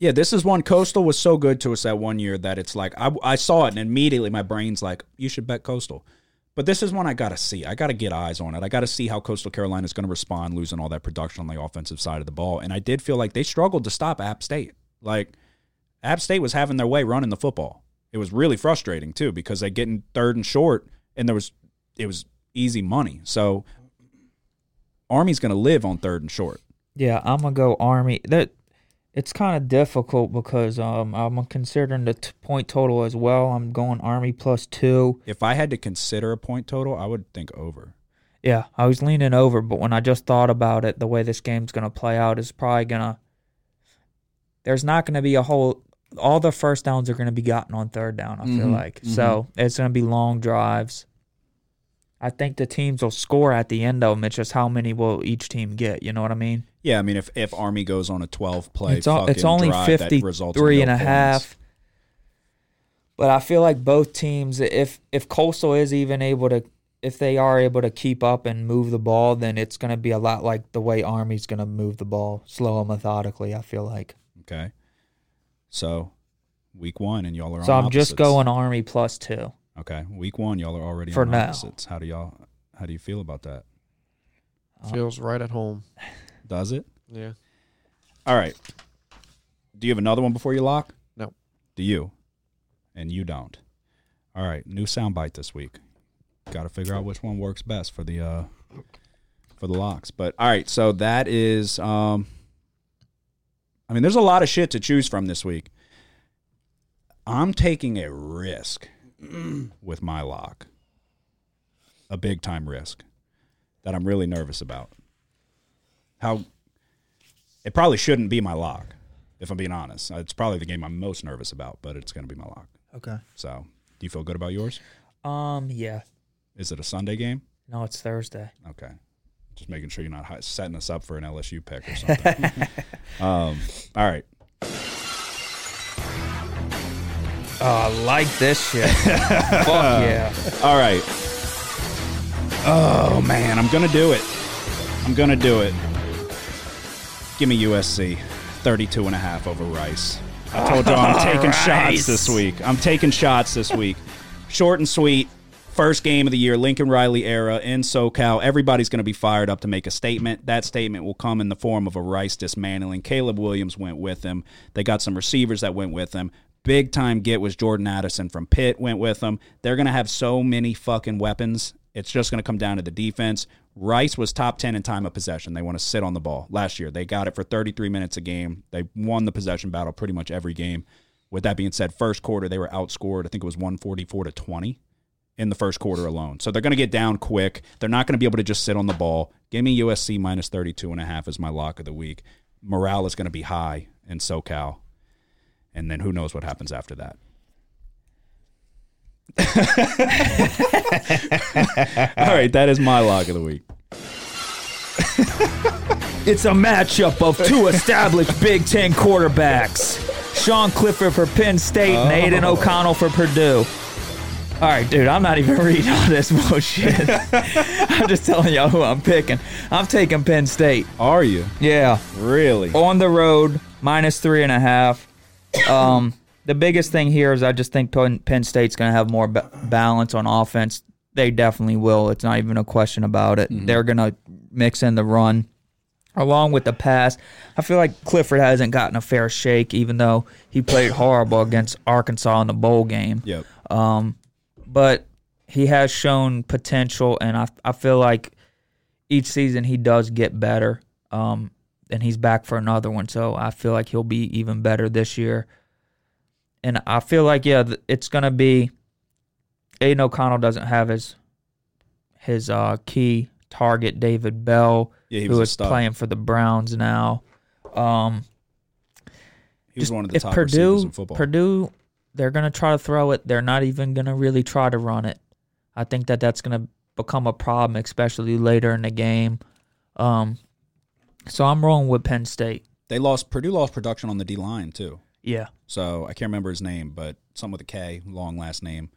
C: Yeah, this is one Coastal was so good to us that one year that it's like I, I saw it and immediately my brain's like, you should bet Coastal. But this is one I got to see. I got to get eyes on it. I got to see how Coastal Carolina is going to respond, losing all that production on the offensive side of the ball. And I did feel like they struggled to stop App State. Like App State was having their way running the football. It was really frustrating too because they getting third and short, and there was it was easy money. So Army's going to live on third and short.
D: Yeah, I'm gonna go Army. That it's kind of difficult because um I'm considering the t- point total as well. I'm going Army plus two.
C: If I had to consider a point total, I would think over.
D: Yeah, I was leaning over, but when I just thought about it, the way this game's gonna play out is probably gonna. There's not gonna be a whole. All the first downs are gonna be gotten on third down. I feel
C: Mhm,
D: like so it's gonna be long drives. I think the teams will score at the end of them. It's just how many will each team get. You know what I mean?
C: Yeah, I mean, if, if Army goes on a 12 play,
D: it's, o- it's
C: fucking
D: only
C: drive that results in
D: 53 and
C: no
D: a
C: points.
D: half but i feel like both teams if if coastal is even able to if they are able to keep up and move the ball then it's going to be a lot like the way army's going to move the ball slow and methodically i feel like
C: Okay. So week one, and y'all are
D: so
C: on
D: i'm just
C: opposites.
D: going army plus two
C: Okay. Week one, y'all are already
D: For
C: on
D: now.
C: opposites. How do y'all, how do you feel about that?
F: Feels right at home.
C: Does it?
F: Yeah.
C: All right. Do you have another one before you lock?
F: No.
C: Do you? And you don't. All right. New soundbite this week. got to figure out which one works best for the uh, for the locks. But all right, so that is. Um, I mean, there's a lot of shit to choose from this week. I'm taking a risk (clears throat) with my lock, a big time risk that I'm really nervous about. How it probably shouldn't be my lock, if I'm being honest. Uh, It's probably the game I'm most nervous about, but it's going to be my lock.
D: Okay.
C: So, do you feel good about yours?
D: Um. Yeah.
C: Is it a Sunday game?
D: No, it's Thursday.
C: Okay. Just making sure you're not hi- setting us up for an LSU pick or something. um, all right.
D: Oh, I like
C: (laughs)
D: this shit. Fuck yeah.
C: All right. Oh, man. I'm going to do it. I'm going to do it. Give me USC. 32 and a half over Rice. I told you I'm taking shots this week. I'm taking shots this week. Short and sweet. First game of the year, Lincoln Riley era in SoCal. Everybody's going to be fired up to make a statement. That statement will come in the form of a Rice dismantling. Caleb Williams went with him. They got some receivers that went with him. Big time get was Jordan Addison from Pitt went with them. They're going to have so many fucking weapons. It's just going to come down to the defense. Rice was top 10 in time of possession. They want to sit on the ball. Last year, they got it for 33 minutes a game. They won the possession battle pretty much every game. With that being said, first quarter, they were outscored. I think it was 144 to 20 in the first quarter alone. So they're going to get down quick. They're not going to be able to just sit on the ball. Give me USC minus 32 and a half is my lock of the week. Morale is going to be high in SoCal. And then who knows what happens after that. (laughs) All right, that is my lock of the week.
D: It's a matchup of
C: (laughs)
D: two established Big Ten quarterbacks Sean Clifford for Penn State and
C: Oh.
D: Aiden O'Connell for Purdue. All right, dude, I'm not even (laughs) reading all this bullshit. (laughs) I'm just telling y'all who I'm picking. I'm taking Penn State.
C: Are you?
D: Yeah.
C: Really?
D: On the road, minus three and a half. Um, (coughs) the biggest thing here is I just think Penn, Penn State's going to have more ba- balance on offense. They definitely will. It's not even a question about it. They're going to mix in the run along with the pass. I feel like Clifford hasn't gotten a fair shake, even though he played horrible against Arkansas in the bowl game
C: Yep.
D: but he has shown potential, and I I feel like each season he does get better. Um, and he's back for another one, so I feel like he'll be even better this year. And I feel like yeah, th- it's gonna be. Aiden O'Connell doesn't have his his uh, key target David Bell,
C: Yeah, he was
D: who
C: a
D: is
C: stud.
D: playing for the Browns now. Um,
C: He was
D: just-
C: one of the
D: if
C: top
D: Purdue,
C: receivers in football.
D: Purdue, they're going to try to throw it. They're not even going to really try to run it. I think that that's going to become a problem, especially later in the game. Um, so I'm rolling with Penn State.
C: They lost Purdue lost production on the D line too.
D: Yeah.
C: So I can't remember his name, but some with a K, long last name,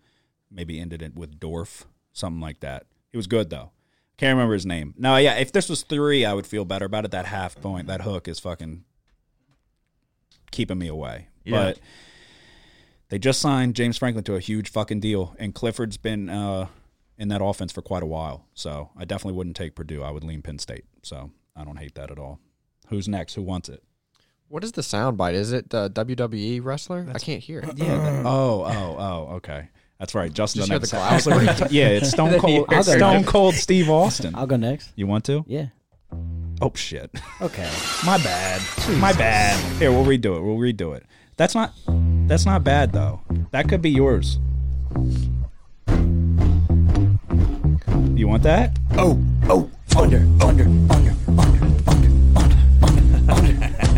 C: maybe ended it with Dorf, something like that. He was good though. Can't remember his name. No, yeah. If this was three, I would feel better about it. That half point, that hook is fucking keeping me away.
D: Yeah.
C: But they just signed James Franklin to a huge fucking deal, and Clifford's been uh, in that offense for quite a while. So I definitely wouldn't take Purdue. I would lean Penn State. So I don't hate that at all. Who's next? Who wants it?
F: What is the sound bite? Is it the WWE wrestler? I can't hear it.
C: Yeah. that- oh, oh, oh. Okay. That's right. Justin doesn't
F: Just hear
C: have a
F: the
C: sound. I was like, what
E: (laughs)
C: are you- yeah, it's Stone Cold.
E: I'll go
C: Stone
E: next.
C: Cold
E: (laughs)
C: Steve Austin.
E: I'll go next.
C: You want to?
E: Yeah.
C: Oh
E: (laughs)
C: shit.
E: Okay.
C: My bad. My bad. Here, we'll redo it. We'll redo it. That's not. That's not bad though. That could be yours. You want that?
E: Oh, oh, under, under, under, under, under, under.
C: (laughs)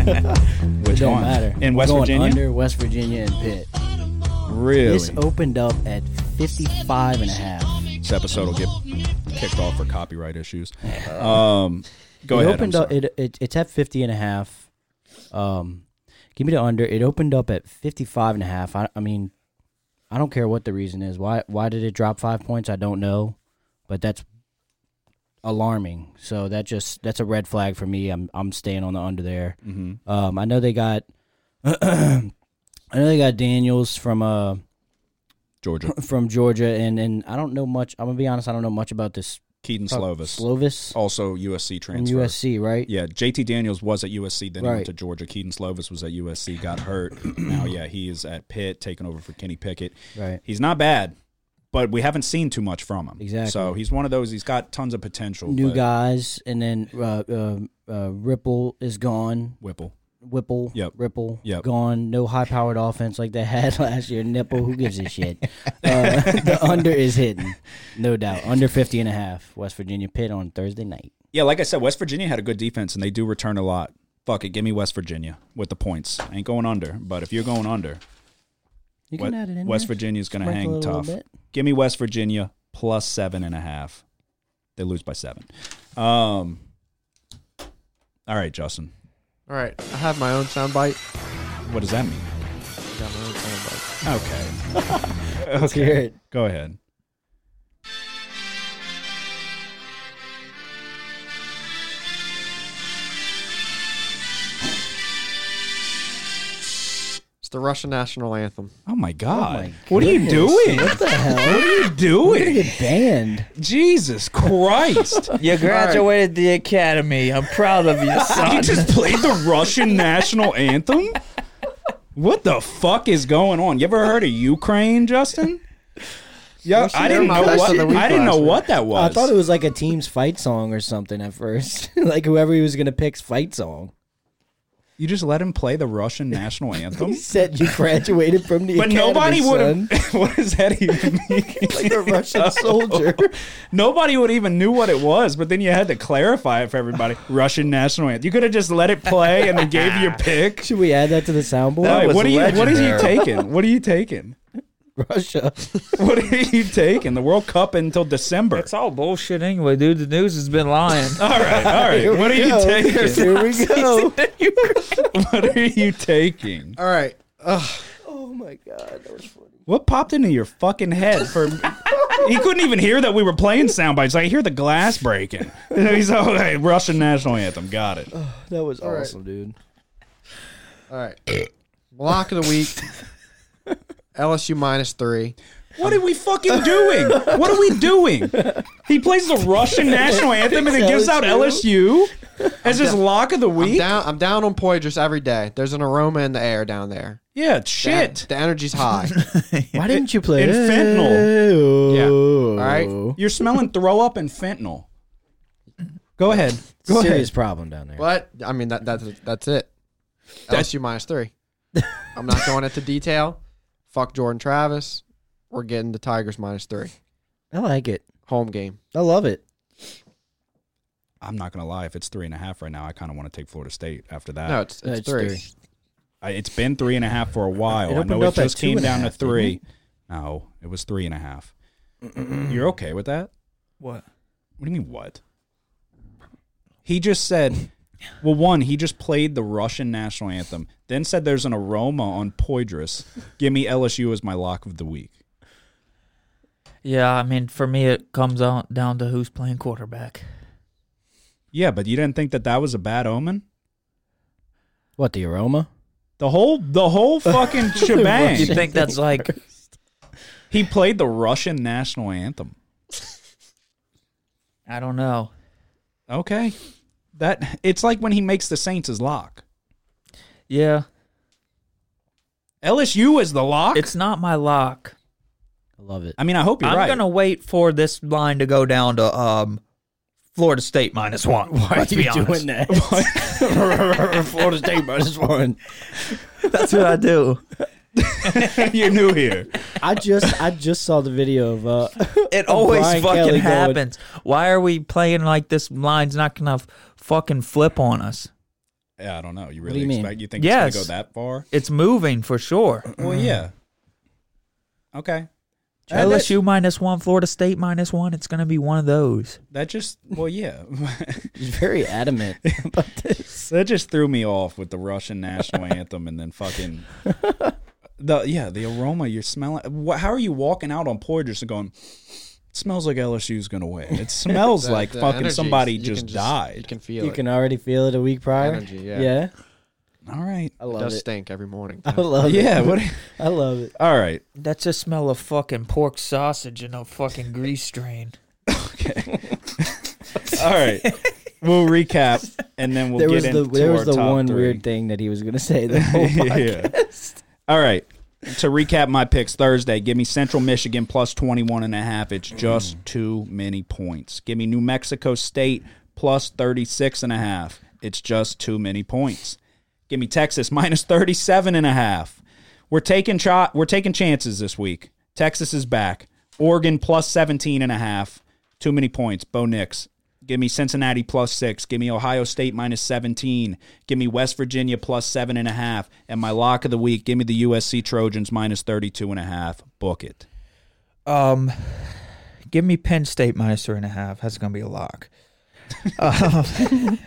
C: Which
E: Don't
C: one?
E: matter.
C: In
E: We're
C: West
E: going
C: Virginia.
E: Under West Virginia and Pitt.
C: Really?
E: This opened up at 55 and a half.
C: This episode will get kicked off for copyright issues. Um, go
E: it
C: ahead. I'm
E: Opened up,
C: sorry.
E: it, it, it's at 50 and a half. Um, give me the under. It opened up at 55 and a half. I, I mean, I don't care what the reason is. Why why did it drop five points? I don't know, but that's alarming. So that just that's a red flag for me. I'm I'm staying on the under there.
C: Mm-hmm.
E: Um, I know they got. (clears throat) I know they got Daniels from uh (laughs)
C: Georgia.
E: from Georgia and and I don't know much. I'm gonna be honest. I don't know much about this
C: Keaton Slovis.
E: Slovis
C: also USC
E: from
C: transfer.
E: USC, right?
C: Yeah, JT Daniels was at USC, then he went
E: Right.
C: to Georgia. Keaton Slovis was at (clears throat) USC, got hurt. now, yeah, he is at Pitt, taking over for Kenny Pickett.
E: Right.
C: He's not bad. but we haven't seen too much from him.
E: Exactly.
C: So he's one of those. He's got tons of potential.
E: New
C: but-
E: guys, and then uh, uh, uh, Ripple is gone.
C: Whipple.
E: Whipple,
C: Yep.
E: Ripple,
C: Yep.
E: gone. No high powered offense like they had (laughs) last year. Nipple,
C: (laughs)
E: who gives a shit? Uh, the under is hitting, no doubt. Under 50 and a half. West Virginia Pitt on Thursday night.
C: Yeah, like I said, West Virginia had a good defense, and they do return a lot. Fuck it, give me West Virginia with the points. Ain't going under, but if you're going under,
E: You
C: West,
E: can add it in
C: West
E: there.
C: Virginia's going to
E: Sprinkle
C: hang
E: it a little
C: tough.
E: bit.
C: Give me West Virginia plus seven and a half. They lose by seven. Um. All right, Justin.
F: All right, I have my own soundbite.
C: What does that mean?
F: I got my own soundbite.
C: Okay,
E: Let's hear it.
C: go ahead.
F: It's the Russian national anthem.
C: Oh my God!
E: my
C: what are you
E: goodness.
C: doing?
E: What the hell?
C: What are you
E: We're gonna
C: doing? (laughs)
E: get banned.
C: Jesus Christ!
E: (laughs)
D: You graduated the academy. I'm proud of you,
C: You
D: son.
C: just played the Russian national anthem? What the fuck is going on? You ever heard of Ukraine, Justin? Yeah, I didn't
F: they're
C: know
F: my
C: what
F: best of the week
C: I didn't
F: last
C: know
F: week.
C: what that was.
E: I thought it was like a team's fight song or something at first. (laughs) like whoever he was gonna pick's fight song.
C: you just let him play the Russian national anthem.
E: He said you (laughs) graduated from the
C: But
E: academy,
C: nobody would
E: son.
C: have. (laughs) What does that even (laughs)
E: like (laughs) a
C: mean? Oh.
E: Russian soldier.
C: Nobody would even knew what it was. But then you had to clarify it for everybody. Russian national anthem. You could have just let it play and then gave you your pick.
E: (laughs) Should we add that to the soundboard?
C: Wait,
G: was
C: what are you? What are you
G: legendary.
C: taking? What are you taking?
E: Russia.
C: What are you taking? The World Cup until December.
D: It's all bullshit anyway, dude. The news has been lying.
C: All right, all
E: Here
C: right. (laughs) What are
E: we
C: you
E: go.
C: taking?
E: (laughs) Here we go.
C: What are you taking?
F: All right, Ugh.
E: oh my god, that was funny.
C: What popped into your fucking head
F: (laughs)
C: for? He couldn't even hear that we were playing sound bites. I hear the glass breaking. (laughs) And he's all hey, Russian national anthem. Got it.
E: That was
F: right.
E: awesome, dude.
F: all right. Block of the week. LSU minus three.
C: What are we fucking doing? What are we doing? He plays the Russian national anthem and then gives out LSU as his lock of the
F: I'm
C: week.
F: down. I'm down on Poitras every day. There's an aroma in the air down there.
C: Yeah,
F: The-
C: shit.
F: The energy's high.
E: Why didn't you play
C: and fentanyl.
F: Yeah.
E: All
F: right.
C: You're smelling throw up and fentanyl. Go ahead. Go ahead.
E: Serious problem down there.
F: But I mean that that's that's it. LSU minus three. I'm not going into detail. Fuck Jordan Travis. We're getting the Tigers minus three.
E: I like it.
F: Home game.
E: I love it.
C: I'm not gonna lie. If it's three and a half right now, I kind of want to take Florida State after that.
F: No, it's it's,
E: No, it's
F: three.
E: three.
C: I, it's been three and a half for a while.
E: It
C: I know
E: opened
C: it
E: up at
C: just
E: two
C: came
E: and a
C: down to
E: half, didn't
C: three. No, it was three and a half. You're okay with that?
D: What?
C: What do you mean what? He just said. Well, one, he just played the Russian national anthem, then said there's an aroma on Poydras. Give me LSU as my lock of the week.
D: (laughs) Yeah, I mean, for me, it comes on down to who's playing quarterback.
C: Yeah, but you didn't think that that was a bad omen?
E: What the aroma?
C: The whole the
E: (laughs)
C: whole fucking
D: You
C: shebang.
D: think that's
C: (laughs)
D: like
C: He played the Russian national anthem.
D: I don't know.
C: Okay. That it's like when he makes the Saints his lock.
D: Yeah,
C: LSU is the lock.
D: it's not my lock.
E: I love it.
C: I mean, I hope you're
D: I'm
C: right.
D: gonna wait for this line to go down to um, Florida State minus (laughs) one. Let's be honest.
E: that? (laughs) Florida State minus one.
D: That's what I (laughs) do.
C: (laughs) you're new here.
E: I just I just saw the video of uh
D: It always
E: Brian
D: fucking
E: Kelly going-
D: happens. Why are we playing like this? Line's not gonna f- fucking flip on us.
C: Yeah, I don't know. You
E: do
C: really
E: you mean?
C: expect you think
D: Yes.
C: it's gonna go that far?
D: It's moving for sure.
C: Well, yeah. Okay. That-
D: LSU minus one, Florida State minus one. It's gonna be one of those.
C: That just well, yeah. (laughs)
E: he's very adamant (laughs) about this.
C: that just threw me off with the Russian national anthem and then fucking the yeah the aroma you're smelling. Wha how are you walking out on Poydras and going? It smells like LSU's gonna win. It smells
F: The-
C: like
F: the
C: fucking
F: energy,
C: somebody
F: you can
C: just,
F: You
C: died.
F: can feel
E: You
F: it.
E: can already feel it a week prior.
F: Energy, yeah.
C: All right.
E: I
F: it
E: love
F: does
E: it.
F: stink every morning.
E: I love it.
C: Yeah.
E: (laughs)
C: What?
E: I love it.
C: All right.
D: That's a smell of fucking pork sausage and a fucking grease strain.
C: All right. We'll recap and then we'll
E: there
C: get
E: was
C: into
E: the there was
C: our (laughs)
E: the
C: top
E: one
C: three. (laughs)
E: weird thing that he was gonna say the whole podcast.
C: All right. to recap my picks Thursday, give me Central Michigan plus 21 and a half.
E: Mm.
C: It's just too many points. Give me New Mexico State plus 36 and a half. It's just too many points. Give me Texas minus 37 and a half. We're taking shot we're taking chances this week. Texas is back. Oregon plus 17 and a half. Too many points. Bo Nix. Give me Cincinnati plus six. Give me Ohio State minus 17. Give me West Virginia plus seven and a half. And my lock of the week, give me the USC Trojans minus 32 and a half. Book it.
G: Um, give me Penn State minus three and a half. That's going to be a lock. um, (laughs)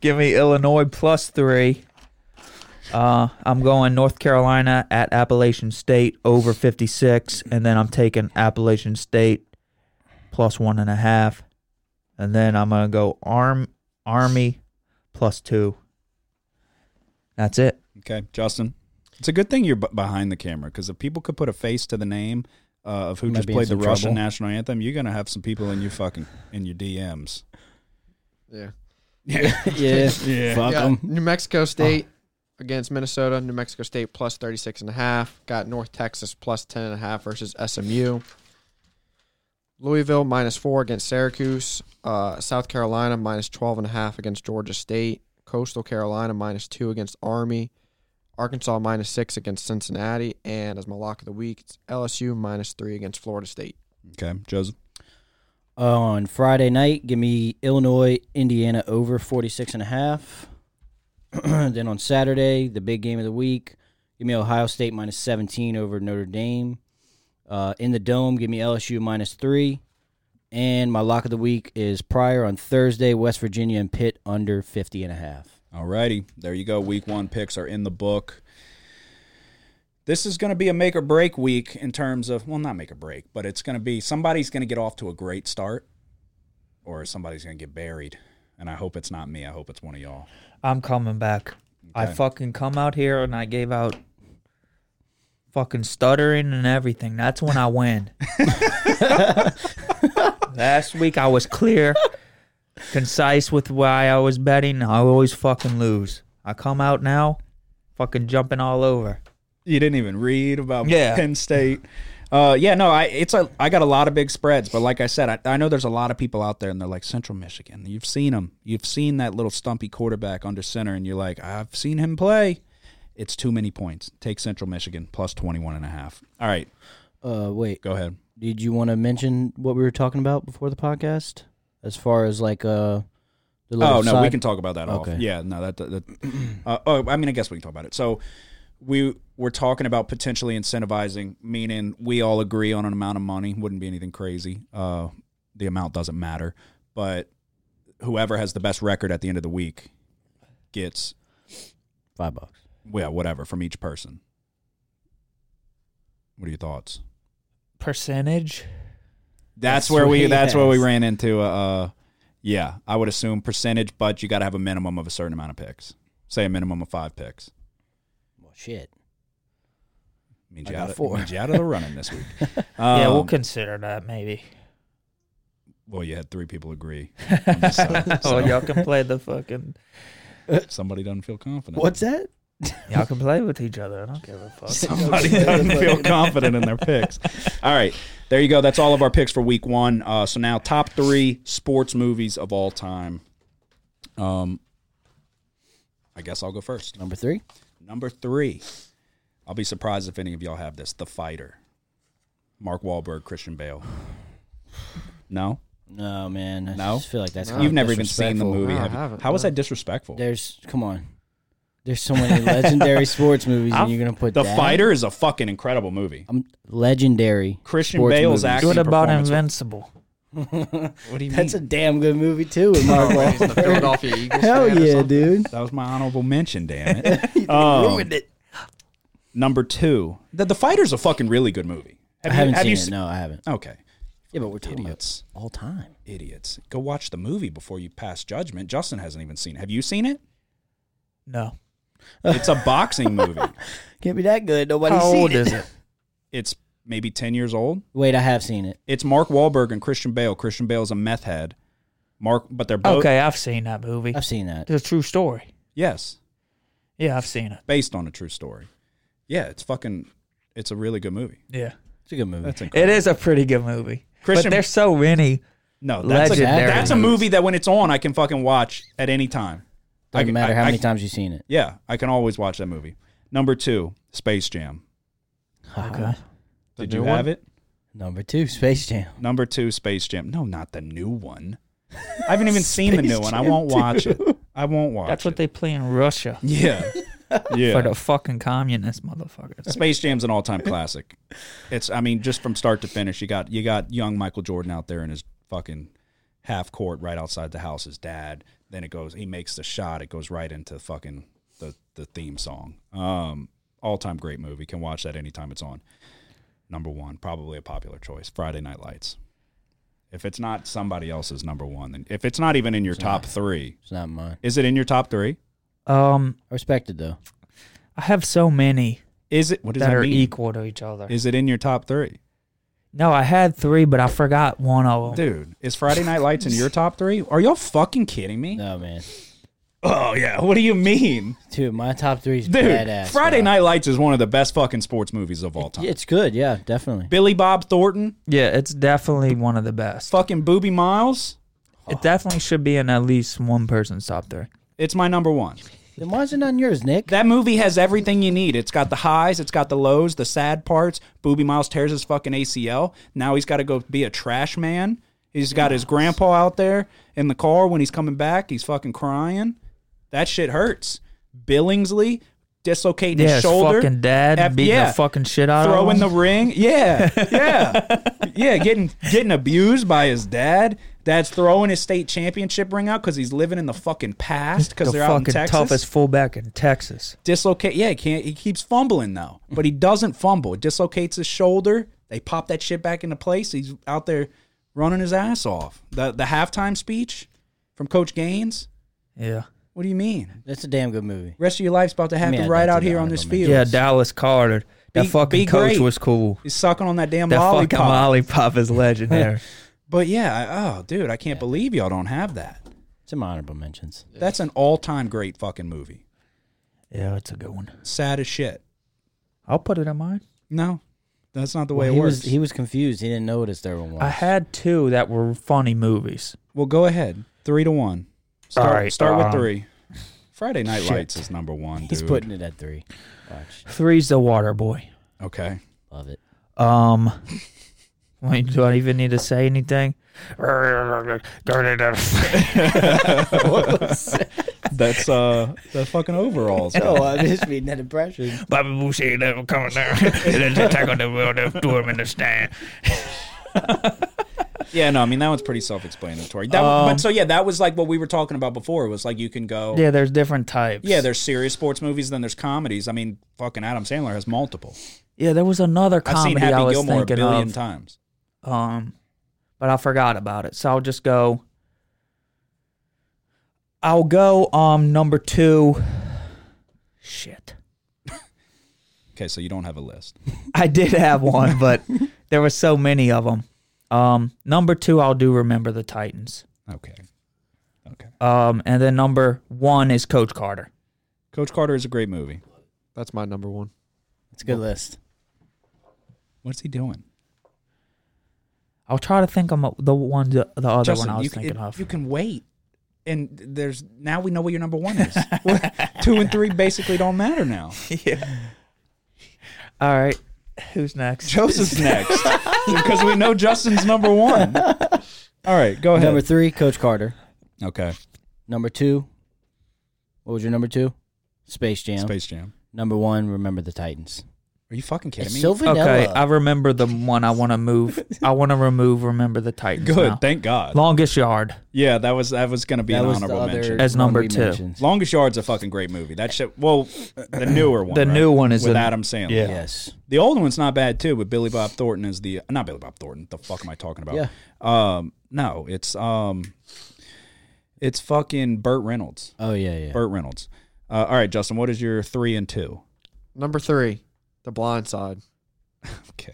G: give me Illinois plus three. Uh, I'm going North Carolina at Appalachian State over 56, and then I'm taking Appalachian State plus one and a half, and then I'm gonna go Arm Army plus two. That's it.
C: Okay, Justin. It's a good thing you're b- behind the camera because if people could put a face to the name uh, of who
E: Might
C: just
E: be in
C: played the
E: some
C: Russian
E: trouble.
C: national anthem, you're gonna have some people in your fucking in your DMs.
F: Yeah.
E: yeah, Fuck
F: Yeah,
E: 'em.
F: New Mexico State against Minnesota. New Mexico State plus 36 and a half. Got North Texas plus 10 and a half versus SMU. Louisville minus 4 against Syracuse. Uh, South Carolina minus 12 and a half against Georgia State. Coastal Carolina minus 2 against Army. Arkansas minus 6 against Cincinnati. And as my lock of the week, it's LSU minus 3 against Florida State.
C: Okay, Joseph.
E: on Friday night, give me Illinois, Indiana over 46 and a half. (clears throat) then on Saturday, the big game of the week, give me Ohio State minus 17 over Notre Dame. Uh, in the dome, give me LSU minus 3. And my lock of the week is prior on Thursday, West Virginia and Pitt under 50 and a half.
C: Alrighty, there you go. Week one picks are in the book. This is going to be a make or break week in terms of, well, not make or break, but it's going to be somebody's going to get off to a great start or somebody's going to get buried. And I hope it's not me. I hope it's one of y'all.
G: I'm coming back. I
C: Okay.
G: fucking come out here and I gave out fucking stuttering and everything. That's when I
C: (laughs)
G: win. Last week I was clear, concise with why I was betting. I always fucking lose. I come out now, fucking jumping all over.
C: You didn't even read about
G: Yeah.
C: Penn State. Uh, yeah, no, I it's a I got a lot of big spreads, but like I said, I, I know there's a lot of people out there, and they're like Central Michigan. You've seen them. You've seen that little stumpy quarterback under center, and you're like, I've seen him play. It's too many points. Take Central Michigan plus 21 and a half. All right,
E: Uh, wait,
C: go ahead.
E: did you want to mention what we were talking about before the podcast? As far as like uh, the little
C: Oh no, we
E: side-
C: can talk about that. Off.
E: Okay.
C: Yeah, no, that. that uh, oh, I mean, I guess we can talk about it. So we we're talking about potentially incentivizing, meaning we all agree on an amount of money. Wouldn't be anything crazy. Uh, the amount doesn't matter, but whoever has the best record at the end of the week gets
E: five bucks.
C: well whatever from each person. What are your thoughts?
G: Percentage?
C: That's,
E: That's
C: where we.
E: sweet.
C: That's where we ran into. Uh, uh, yeah, I would assume percentage, but you got to have a minimum of a certain amount of picks. Say a minimum of five picks.
E: Well, shit.
C: Means
E: I
C: you,
E: got
C: out of,
E: four.
C: means you out of the running this
E: (laughs)
C: week.
G: yeah, we'll
C: Um,
G: consider that
C: (laughs)
G: maybe.
C: well, you had three people agree. on this
E: (laughs)
C: side,
G: oh,
C: so
G: y'all can play the fucking.
C: somebody doesn't feel confident.
E: that?
G: Y'all can play with each other. I don't give a fuck.
C: (laughs) Somebody doesn't
E: (laughs)
C: feel confident in their picks. All right, there you go. That's all of our picks for week one. Uh, so now, top three sports movies of all time. Um, I guess I'll go first.
E: Number three.
C: Number three, I'll be surprised if any of y'all have this. The Fighter, Mark Wahlberg, Christian Bale. No,
E: No, man. I
C: No?
E: just feel like that's
F: No.
E: kinda
C: you've never even seen the
E: disrespectful.
C: movie.
F: No, I
C: have you?
F: haven't,
C: How was
F: no.
C: that disrespectful?
E: There's come on. There's so many legendary sports movies,
G: I've-
E: and you're gonna put
C: The
E: that?
C: Fighter is a fucking incredible movie.
E: I'm legendary.
C: Christian
E: sports
C: Bale's
E: movies.
C: acting
G: What about
C: performance.
G: Invincible?
C: (laughs) what do you
E: That's a damn good movie too. With Mark
F: The
E: Wahlberg.
F: Philadelphia
E: (laughs)
F: Eagles.
E: Oh, Hell
F: fan or
E: yeah,
F: something.
E: dude.
C: that was my honorable mention. Damn
E: (laughs)
C: it, Um,
E: it.
C: Number two, the, the Fighter's a fucking really good movie.
E: I
C: you-
E: haven't
C: have
E: seen
C: you
E: it.
C: se-
E: No, I haven't.
C: Okay,
E: Yeah, but we're talking
C: idiots,
E: about all time.
C: idiots. Go watch the movie before you pass judgment. Justin hasn't even seen it. Have you seen it?
G: No.
C: It's a boxing
E: (laughs)
C: movie.
E: Can't be that good. Nobody's
G: How
E: seen
G: old
E: it.
G: is it?
D: (laughs)
C: It's maybe ten years old.
E: Wait, I have seen it.
C: It's Mark Wahlberg and Christian Bale. Christian Bale's a meth head. Mark, but they're both
G: Okay, I've seen that movie.
E: I've seen that.
G: It's Oh. a true story.
C: yes,
G: Yeah, I've seen it.
C: based on a true story. Yeah, it's fucking It's a really good movie.
G: Yeah.
E: It's a good movie.
C: That's incredible.
G: It is a pretty good movie.
C: Christian-
G: but there's so many.
C: No, that's a,
E: Legendary
C: that's a
E: movies.
C: movie that when it's on, I can fucking watch at any time. I
E: Doesn't
C: can-
E: matter
C: I-
E: how
C: I
E: many
C: can-
E: times you've seen it.
C: Yeah, I can always watch that movie. Number two, Space Jam.
E: Okay.
F: The
C: Did
F: new
C: you
F: one?
C: have it?
E: Number two, Space Jam.
C: Number two, Space Jam. No, not the new one. I haven't
E: (laughs)
C: even seen the new one. I won't watch it. I won't watch.
D: That's what
C: it.
D: they play in Russia
E: (laughs)
C: Yeah, yeah.
D: for the fucking communist motherfuckers.
C: Space Jam's an (laughs) all-time classic. It's I mean just from start to finish. You got you got young Michael Jordan out there in his fucking half court right outside the house his dad. Then it goes he makes the shot. It goes right into fucking the the theme song. Um all-time great movie. Can watch that anytime it's on. Number 1, probably a popular choice, Friday Night Lights. If it's not somebody else's number 1, then if it's not even in your top 3,
E: It's not mine.
C: is it in your top 3?
D: Um,
E: I respect it though.
D: I have so many
C: Is it what does
D: that,
C: that,
D: are
C: mean?
D: equal to each other.
C: Is it in your top 3?
D: no, I had three, but I forgot one of them.
C: Dude, is Friday Night Lights in
E: (laughs)
C: your top three? Are y'all fucking kidding me?
E: No man,
C: Oh yeah, what do you mean,
E: dude, my top three is
C: dude?
E: badass.
C: Friday
E: bro.
C: Night Lights is one of the best fucking sports movies of all time.
E: Yeah, It's good. Yeah, definitely.
C: Billy Bob Thornton,
D: Yeah, it's definitely one of the best.
C: fucking Booby Miles.
D: It definitely should be in at least one person's top three.
C: It's my number one.
E: Then why is it not in yours, Nick?
C: That movie has everything you need. It's got the highs, it's got the lows, the sad parts. Booby Miles tears his fucking ACL. Now he's got to go be a trash man. He's got his grandpa out there in the car when he's coming back. He's fucking crying. That shit hurts. Billingsley dislocating
D: Yeah,
C: his
D: his
C: shoulder.
D: fucking dad
C: F-
D: beating
C: yeah.
D: the fucking shit out of
C: throwing
D: him.
C: the ring.
G: (laughs)
C: Yeah, yeah, yeah. Getting getting abused by his dad. Dad's throwing his state championship ring out because he's living in the fucking past because
G: The
C: they're out in
G: fucking
C: Texas.
G: toughest fullback in Texas.
C: Dislocate. Yeah, he can't. He keeps fumbling though,
E: Mm-hmm.
C: but he doesn't fumble. It dislocates his shoulder. They pop that shit back into place. He's out there running his ass off. The the halftime speech from Coach Gaines.
D: yeah.
C: What do you mean?
E: That's a damn good movie.
C: Rest of your life's about to happen
E: mean, I'd
C: right
E: like
C: out
E: to
C: here
E: die
C: on
E: if
C: this
E: I'm in
C: field.
G: Yeah, Dallas Carter. That
C: Be-
G: fucking
C: be
G: coach
C: great.
G: was cool.
C: He's sucking on that damn
G: That
C: lollipop.
G: fucking lollipop is
C: (laughs)
G: legendary.
C: But yeah, I- oh, dude, I can't believe y'all don't have that.
E: It's in my honorable mentions.
C: That's an all-time great fucking movie.
G: yeah, it's a good one.
C: Sad as shit.
G: I'll put it in mine.
C: No, that's not the way
E: Well,
C: it
E: he
C: works.
E: was he was confused. He didn't know what his third one was.
D: I had two that were funny movies.
C: well, go ahead. Three to one. Start,
D: All right,
C: start
D: um,
C: with three. Friday Night
G: shit.
C: Lights is number one. Dude.
E: He's putting it at three. Watch,
D: Three's The Water Boy.
C: okay.
E: love
C: (laughs)
E: it.
G: Um,
D: (laughs) Wait, do I even need to say anything?
C: That's uh the fucking overalls.
D: (laughs)
E: Oh, I'm just reading that impression.
G: Bobby Boucher never coming
D: (laughs)
G: down. Let's tackle the world up to him in the stand.
C: yeah, no, I mean that one's pretty self-explanatory. That, but so yeah, that was like what we were talking about before. It was like you can go.
D: Um, Yeah, there's different types.
C: Yeah, there's serious sports movies, then there's comedies. I mean, fucking Adam Sandler has multiple.
D: yeah, there was another
C: I've seen
D: comedy
C: Happy
D: I was
C: Gilmore a
D: thinking
C: billion
D: of.
C: times.
D: um, but I forgot about it. So I'll just go.
G: I'll go um number two.
D: Shit.
C: Okay, so you don't have a list.
G: I did have one,
C: (laughs)
G: but there were so many of them.
D: Um, number two, I'll do remember the Titans.
C: Okay. Okay.
D: Um, and then number one is Coach Carter.
C: Coach Carter is a great movie.
F: That's my number one.
E: It's a good list.
C: What's he doing?
D: I'll try to think of the one, the other one I was
C: you, can-
D: thinking
C: it-
D: of.
C: you can wait. And there's now we know what your number one is. (laughs) Two and three basically don't matter
D: (laughs)
C: now.
D: All right,
C: (laughs)
D: who's next?
C: Joseph's next because we know Justin's number one. All right, go ahead.
E: Number three, Coach Carter.
C: okay,
E: Number two, what was your number two? Space Jam.
C: Space Jam.
E: Number one, Remember the Titans.
C: Are you fucking kidding
E: It's
C: me?
E: so vanilla.
D: Okay, I remember the one I want to move. I want to remove.
C: (laughs)
D: Remember the Titans.
C: Good,
D: now.
C: thank God.
D: Longest yard.
C: Yeah, that was that was gonna be
E: that
C: an
E: was the
C: honorable
E: other
C: mention.
D: As
E: one
D: number
E: we
D: two.
E: mentioned.
C: Longest Yard's a fucking great movie. That shit. Well, the newer one.
G: The
C: right?
G: new one is
C: with
G: the-
C: Adam Sandler.
G: yeah.
E: Yes.
C: The old one's not bad too, with Billy Bob Thornton as the not Billy Bob Thornton. The fuck am I talking about?
E: Yeah.
C: Um, no, it's um, it's fucking Burt Reynolds.
E: Oh yeah, yeah.
C: Burt Reynolds. Uh, all right, Justin, what is your three and two?
F: Number three, The Blind Side.
G: (laughs)
C: Okay.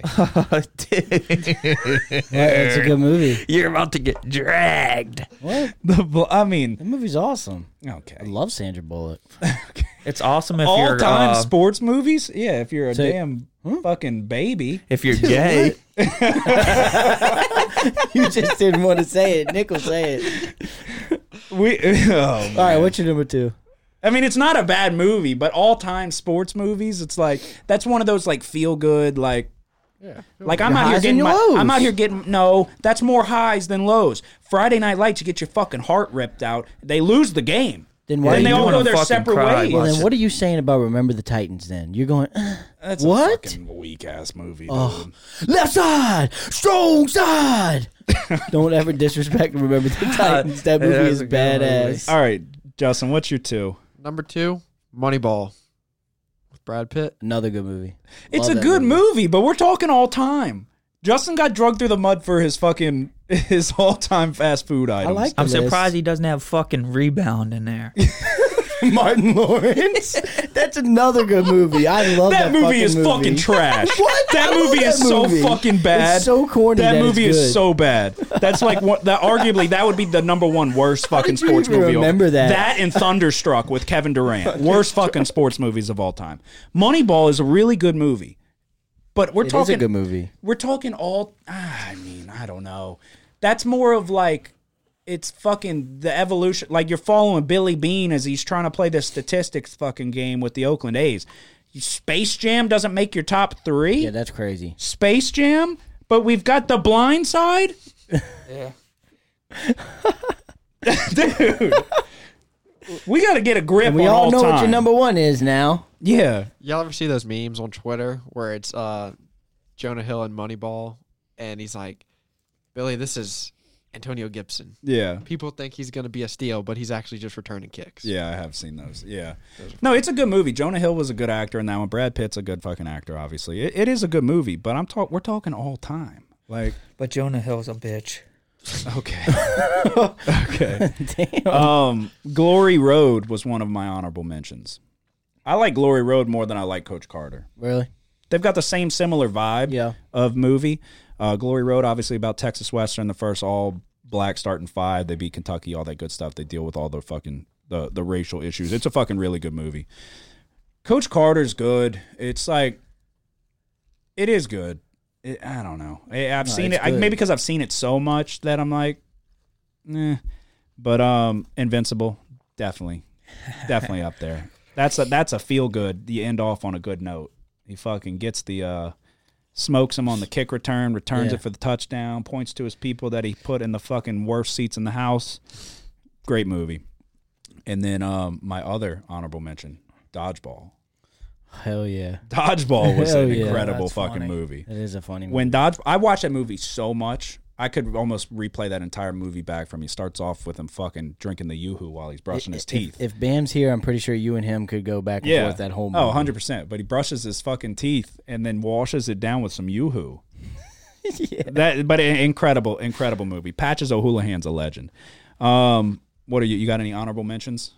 E: Yeah, it's a good movie.
G: You're about to get dragged.
E: What?
C: the bl- I mean,
E: That movie's awesome. I
C: okay.
E: love Sandra Bullock. (laughs)
G: It's awesome if
C: All
G: you're
C: time
G: uh, Hmm?
C: sports movies? Yeah, if you're a
E: So-
C: damn fucking
G: (laughs)
C: baby.
G: if you're gay.
E: you just didn't want to say it. Nick will say it.
C: We, oh,
E: All right, what's your number two?
C: I mean, it's not a bad movie, but all time sports movies, it's like that's one of those like feel good like. Like I'm out here
E: highs and
C: getting
E: your
C: my,
E: lows.
C: I'm out here getting no. That's more highs than lows. Friday Night Lights, you get your fucking heart ripped out. They lose the game.
E: Then why
C: And
E: are
C: they
E: you
C: all
E: wanna
C: go their
G: fucking
C: separate
G: cry
C: ways.
E: Well,
G: Watch
E: then
G: it.
E: what are you saying about Remember the Titans? Then you're going "Uh,
C: That's
E: What?
C: a fucking weak ass movie. dude.
E: left side, strong side. Don't ever disrespect Remember the Titans. That
G: Yeah,
E: movie
G: that's
E: is
G: a good movie.
E: badass.
C: All right, Justin, what's your two?
F: Number two, Moneyball with Brad Pitt.
E: Another good movie.
C: It's
E: Love
C: a
E: that
C: good movie, but we're talking all time. Justin got drugged through the mud for his fucking (laughs) his all time fast food items.
E: like
G: I'm
E: the list.
G: surprised he doesn't have fucking rebound in there.
E: (laughs) Martin Lawrence.
C: (laughs)
E: (laughs) That's another good movie. I love
C: that,
E: that,
C: movie
E: fucking
C: is
E: movie.
C: fucking trash.
E: (laughs) What?
C: That
E: I love
C: movie
E: that
C: is so
E: movie.
C: fucking bad.
E: It's so corny
C: That,
E: that it's
C: movie
E: good.
C: is so bad. That's like one,
E: (laughs)
C: that. Arguably, that would be the number one worst fucking
E: did you
C: sports
E: even
C: movie. of-
E: remember that?
C: That and Thunderstruck with Kevin Durant, worst fucking sports movies of all time. Moneyball is a really good movie, but we're
E: It is
C: talking
E: a good movie.
C: we're talking all ah, i mean i don't know that's more of like it's fucking the evolution like you're following billy bean as he's trying to play the statistics fucking game with the oakland a's You- space jam doesn't make your top three
E: Yeah, that's crazy.
C: space jam but we've got the blind side yeah (laughs) dude we got to get a grip
E: And we
C: on
E: all know what
C: time.
E: your number one is now.
C: yeah
F: Y'all ever see those memes on Twitter where it's uh, Jonah Hill and Moneyball, and he's like, Billy, this is Antonio Gibson.
C: yeah
F: People think he's going to be a steal, but he's actually just returning kicks.
C: Yeah, I have seen those. Yeah. No, it's a good movie. Jonah Hill was a good actor in that one. Brad Pitt's a good fucking actor, obviously. It, it is a good movie, but I'm talk we're talking all time. Like
G: But Jonah Hill's a bitch.
C: okay. okay. (laughs)
E: (laughs)
C: Um Glory Road was one of my honorable mentions. I like Glory Road more than I like Coach Carter.
E: Really?
C: They've got the same similar vibe
E: Yeah.
C: of movie. Uh, Glory Road, obviously about Texas Western, the first all black starting five. They beat Kentucky, all that good stuff. They deal with all the fucking the the racial issues. It's a fucking really good movie. Coach Carter's good. It's like it is good. It, I don't know. I, I've seen
E: it's
C: it I,
E: good.
C: maybe because I've seen it so much that I'm like, eh. But um, Invincible, definitely, definitely up there. That's a that's a feel good. You end off on a good note. He fucking gets the uh, smokes him on the kick return, returns
E: Yeah.
C: it for the touchdown, points to his people that he put in the fucking worst seats in the house. Great movie. And then um, my other honorable mention, Dodgeball.
E: Hell yeah. (laughs)
C: Dodgeball was
E: Hell
C: an
E: yeah,
C: incredible
G: that's
C: fucking
G: funny.
C: movie.
E: That is a funny movie.
C: When Dodge, I watched that movie so much, I could almost replay that entire movie back from. He starts off with him fucking drinking the yoo-hoo while he's brushing his
E: If-
C: teeth.
E: If, Bam's here, I'm pretty sure you and him could go back and forth that whole movie.
C: Oh, 100%. But he brushes his fucking teeth and then washes it down with some yoo-hoo.
E: (laughs)
C: That, but an incredible, incredible movie. Patches O'Houlihan's a legend. Um, what are you? You got any honorable mentions?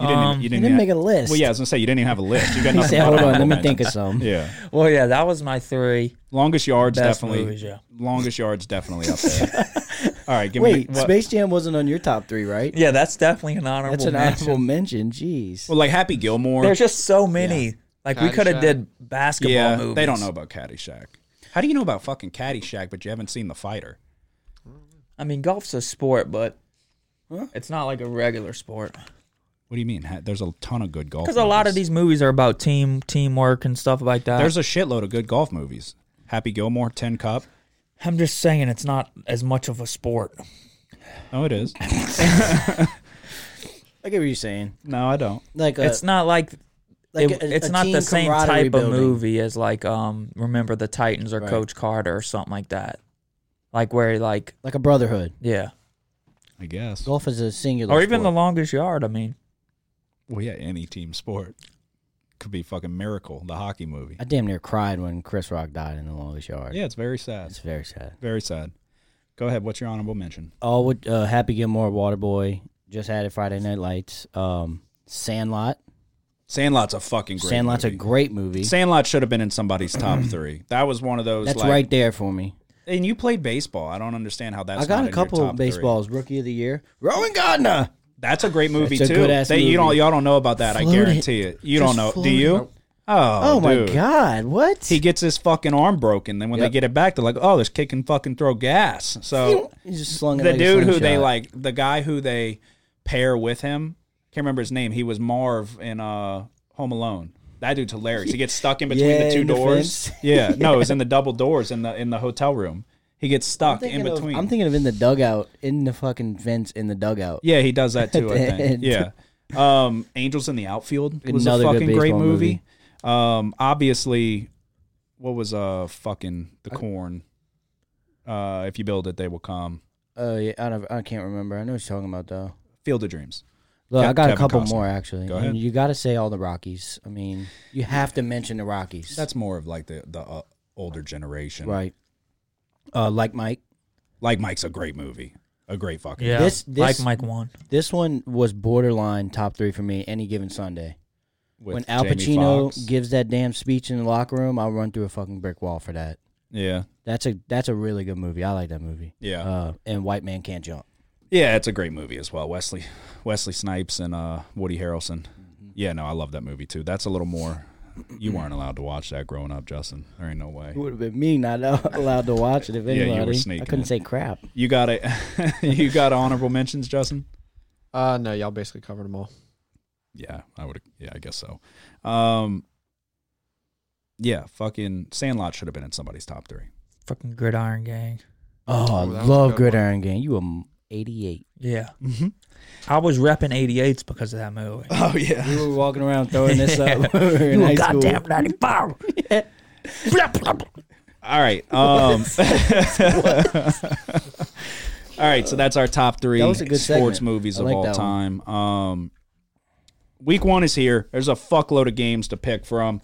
C: You didn't. even-
G: Um,
C: you
E: You
C: didn't,
E: didn't
C: even-
E: make a list.
C: Well, yeah, I was gonna say you didn't even have a list. You got
E: (laughs) He
C: nothing. but
E: said, hold on, let
C: honorable
E: me think of
C: mentions. (laughs)
E: some.
C: Yeah,
G: Well, yeah, that was my three.
C: longest yards
G: Best
C: definitely.
G: movies, yeah.
C: Longest yards definitely up there.
E: (laughs)
C: All right, give
E: Wait,
C: me what-
E: Space Jam wasn't on your top three, right?
G: Yeah, that's definitely an honorable.
E: That's an
G: mention.
E: honorable mention. Jeez.
C: Well, like Happy Gilmore.
G: There's just so many. Like we could have
F: Caddyshack.
G: did basketball
C: yeah,
G: movies.
C: they don't know about Caddyshack. How do you know about fucking Caddyshack, but you haven't seen The Fighter?
G: I mean, golf's a sport, but it's not like a regular sport.
C: What do you mean? Ha- There's a ton of good golf.
G: Because a lot of
C: movies.
G: these movies are about team teamwork and stuff like that.
C: There's a shitload of good golf movies. Happy Gilmore, Ten Cup.
G: I'm just saying it's not as much of a sport.
C: Oh, it
E: (laughs)
C: is.
E: I get what you're saying.
C: No, I don't.
E: Like, a,
G: it's not like,
E: like
G: it-
E: a-
G: it's
E: a
G: not the
E: team
G: same
E: camaraderie
G: type of
E: building.
G: movie as like um remember the Titans or
E: Right.
G: Coach Carter or something like that. Like where like
E: Like a brotherhood.
G: yeah,
C: I guess.
E: Golf is a singular.
G: or even the
E: sport.
G: longest yard. I mean,
C: Well, yeah, any team sport could be fucking miracle. The hockey movie.
E: I damn near cried when Chris Rock died in the longest yard.
C: Yeah, it's very sad.
E: It's very sad.
C: Very sad. Go ahead. What's your honorable mention?
E: All with uh, Happy Gilmore, Waterboy, just had it Friday Night Lights, um, Sandlot.
C: Sandlot's a fucking great.
E: Sandlot's
C: movie.
E: a great movie.
C: Sandlot should have been in somebody's
E: (clears throat)
C: top three. That was one of those.
E: That's
C: like,
E: right there for me.
C: And you played baseball. I don't understand how that's.
E: I got
C: not
E: a couple
C: in your top
E: of baseballs. Rookie of the Year, Rowan Gardner.
C: That's a great movie
E: It's a
C: too.
E: good-ass
C: They- You don't
E: movie.
C: y'all don't know about that. I
E: Float it.
C: guarantee it. You
E: Just
C: don't know.
E: float
C: Do
E: it.
C: you? Oh,
E: Oh my
C: dude.
E: god, what?
C: He gets his fucking arm broken. Then when
E: Yep.
C: they get it back, they're like, "Oh, this kid can fucking throw gas." So
E: He just slung it
C: the
E: like a
C: dude who they
E: slingshot.
C: like, the guy who they pair with him, can't remember his name. He was Marv in uh, Home Alone. That dude's hilarious. He gets stuck in between
E: Yeah,
C: the two
E: in the
C: doors.
E: fence.
C: yeah, no,
E: (laughs)
C: it was in the double doors in the in the hotel room. He gets
E: I'm
C: stuck in
E: thinking of-
C: between.
E: I'm thinking of in the dugout, in the fucking fence, in the dugout.
C: Yeah, he does that too. I
E: (laughs) At the
C: think.
E: end.
C: Yeah. Um, Angels in the Outfield was
E: Another
C: a
E: good
C: fucking great
E: baseball
C: movie. Um, obviously, what was uh fucking the corn? Uh, if you build it, they will come.
E: Oh yeah, I don't, I can't remember. I know what you're talking about though.
C: Field of Dreams.
E: Look,
C: Ke-
E: I got
C: Kevin
E: a couple
C: Costner.
E: more actually.
C: Go
E: and
C: ahead.
E: you got to say all the Rockies. I mean, you have to mention the Rockies.
C: That's more of like the the uh, older generation.
E: right. Uh, like Mike,
C: Like Mike's a great movie, a great fucking.
D: Yeah,
E: This-
D: like
E: this-
D: Mike won.
E: this one was borderline top three for me any given Sunday.
C: with
E: when Al
C: Jamie
E: Pacino
C: Foxx.
E: gives that damn speech in the locker room, I'll run through a fucking brick wall for that.
C: yeah,
E: That's a that's a really good movie. I like that movie.
C: yeah,
E: Uh, and White Man Can't Jump.
C: yeah, it's a great movie as well. Wesley Wesley Snipes and uh Woody Harrelson. Yeah, no, I love that movie too. That's a little more. You weren't allowed to watch that growing up, Justin. There ain't no way.
E: It would have been me not (laughs) allowed to watch it if
C: Yeah, you
E: anybody.
C: were
E: I
C: sneaking
E: couldn't
C: it.
E: say crap.
C: You got it. (laughs) you got honorable mentions, Justin.
F: Uh, no, y'all basically covered them all.
C: Yeah, I would. Yeah, I guess so. Um, yeah, fucking Sandlot should have been in somebody's top three.
D: Fucking Gridiron Gang.
E: Oh, I
F: that was a
E: love
F: good one.
E: Gridiron Gang. You were 88.
G: Yeah.
C: Mm-hmm.
G: I was repping 88s because of that movie.
C: Oh yeah,
E: We were walking around throwing (laughs) this up.
C: (laughs)
E: we were (laughs) in
G: You
E: high
G: a
E: school.
G: goddamn (laughs)
E: (laughs)
G: 95.
C: All right. Um,
E: (laughs)
C: (laughs) all right. So that's our top three
E: That was a good
C: sports
E: segment.
C: movies
E: I
C: of
E: like
C: all
E: that
C: time. Um, week one is here. There's a fuckload of games to pick from.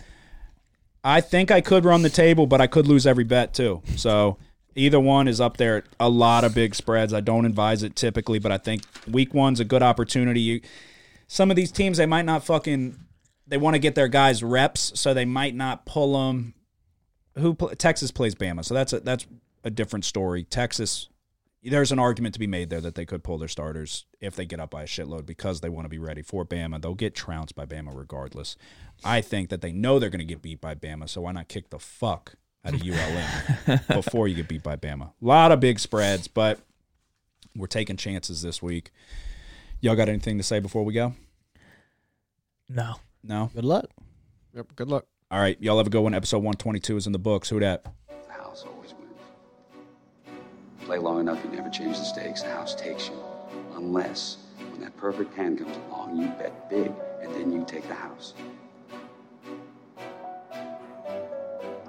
C: I think I could run the table, but I could lose every bet too. So either one is up there. A lot of big spreads. I don't advise it typically, but I think week one's a good opportunity. You, some of these teams, they might not fucking. They want to get their guys reps, so they might not pull them who pl- Texas plays Bama, so that's a that's a different story. Texas, there's an argument to be made there that they could pull their starters if they get up by a shitload because they want to be ready for Bama. They'll get trounced by Bama regardless. I think that they know they're going to get beat by Bama, so why not kick the fuck out of ULM before you get beat by Bama? A lot of big spreads, but we're taking chances this week. Y'all got anything to say before we go?
G: No.
C: No.
E: Good luck.
F: Yep. Good luck.
C: All right, y'all have a good one. Episode 122 is in the books. Who dat?
A: The house always wins. Play long enough, you never change the stakes. The house takes you. Unless, when that perfect hand comes along, you bet big and then you take the house.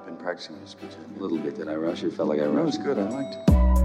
B: Been practicing this good.
A: A little bit. Did I rush it? Felt like I rushed.
B: That was good. I liked it.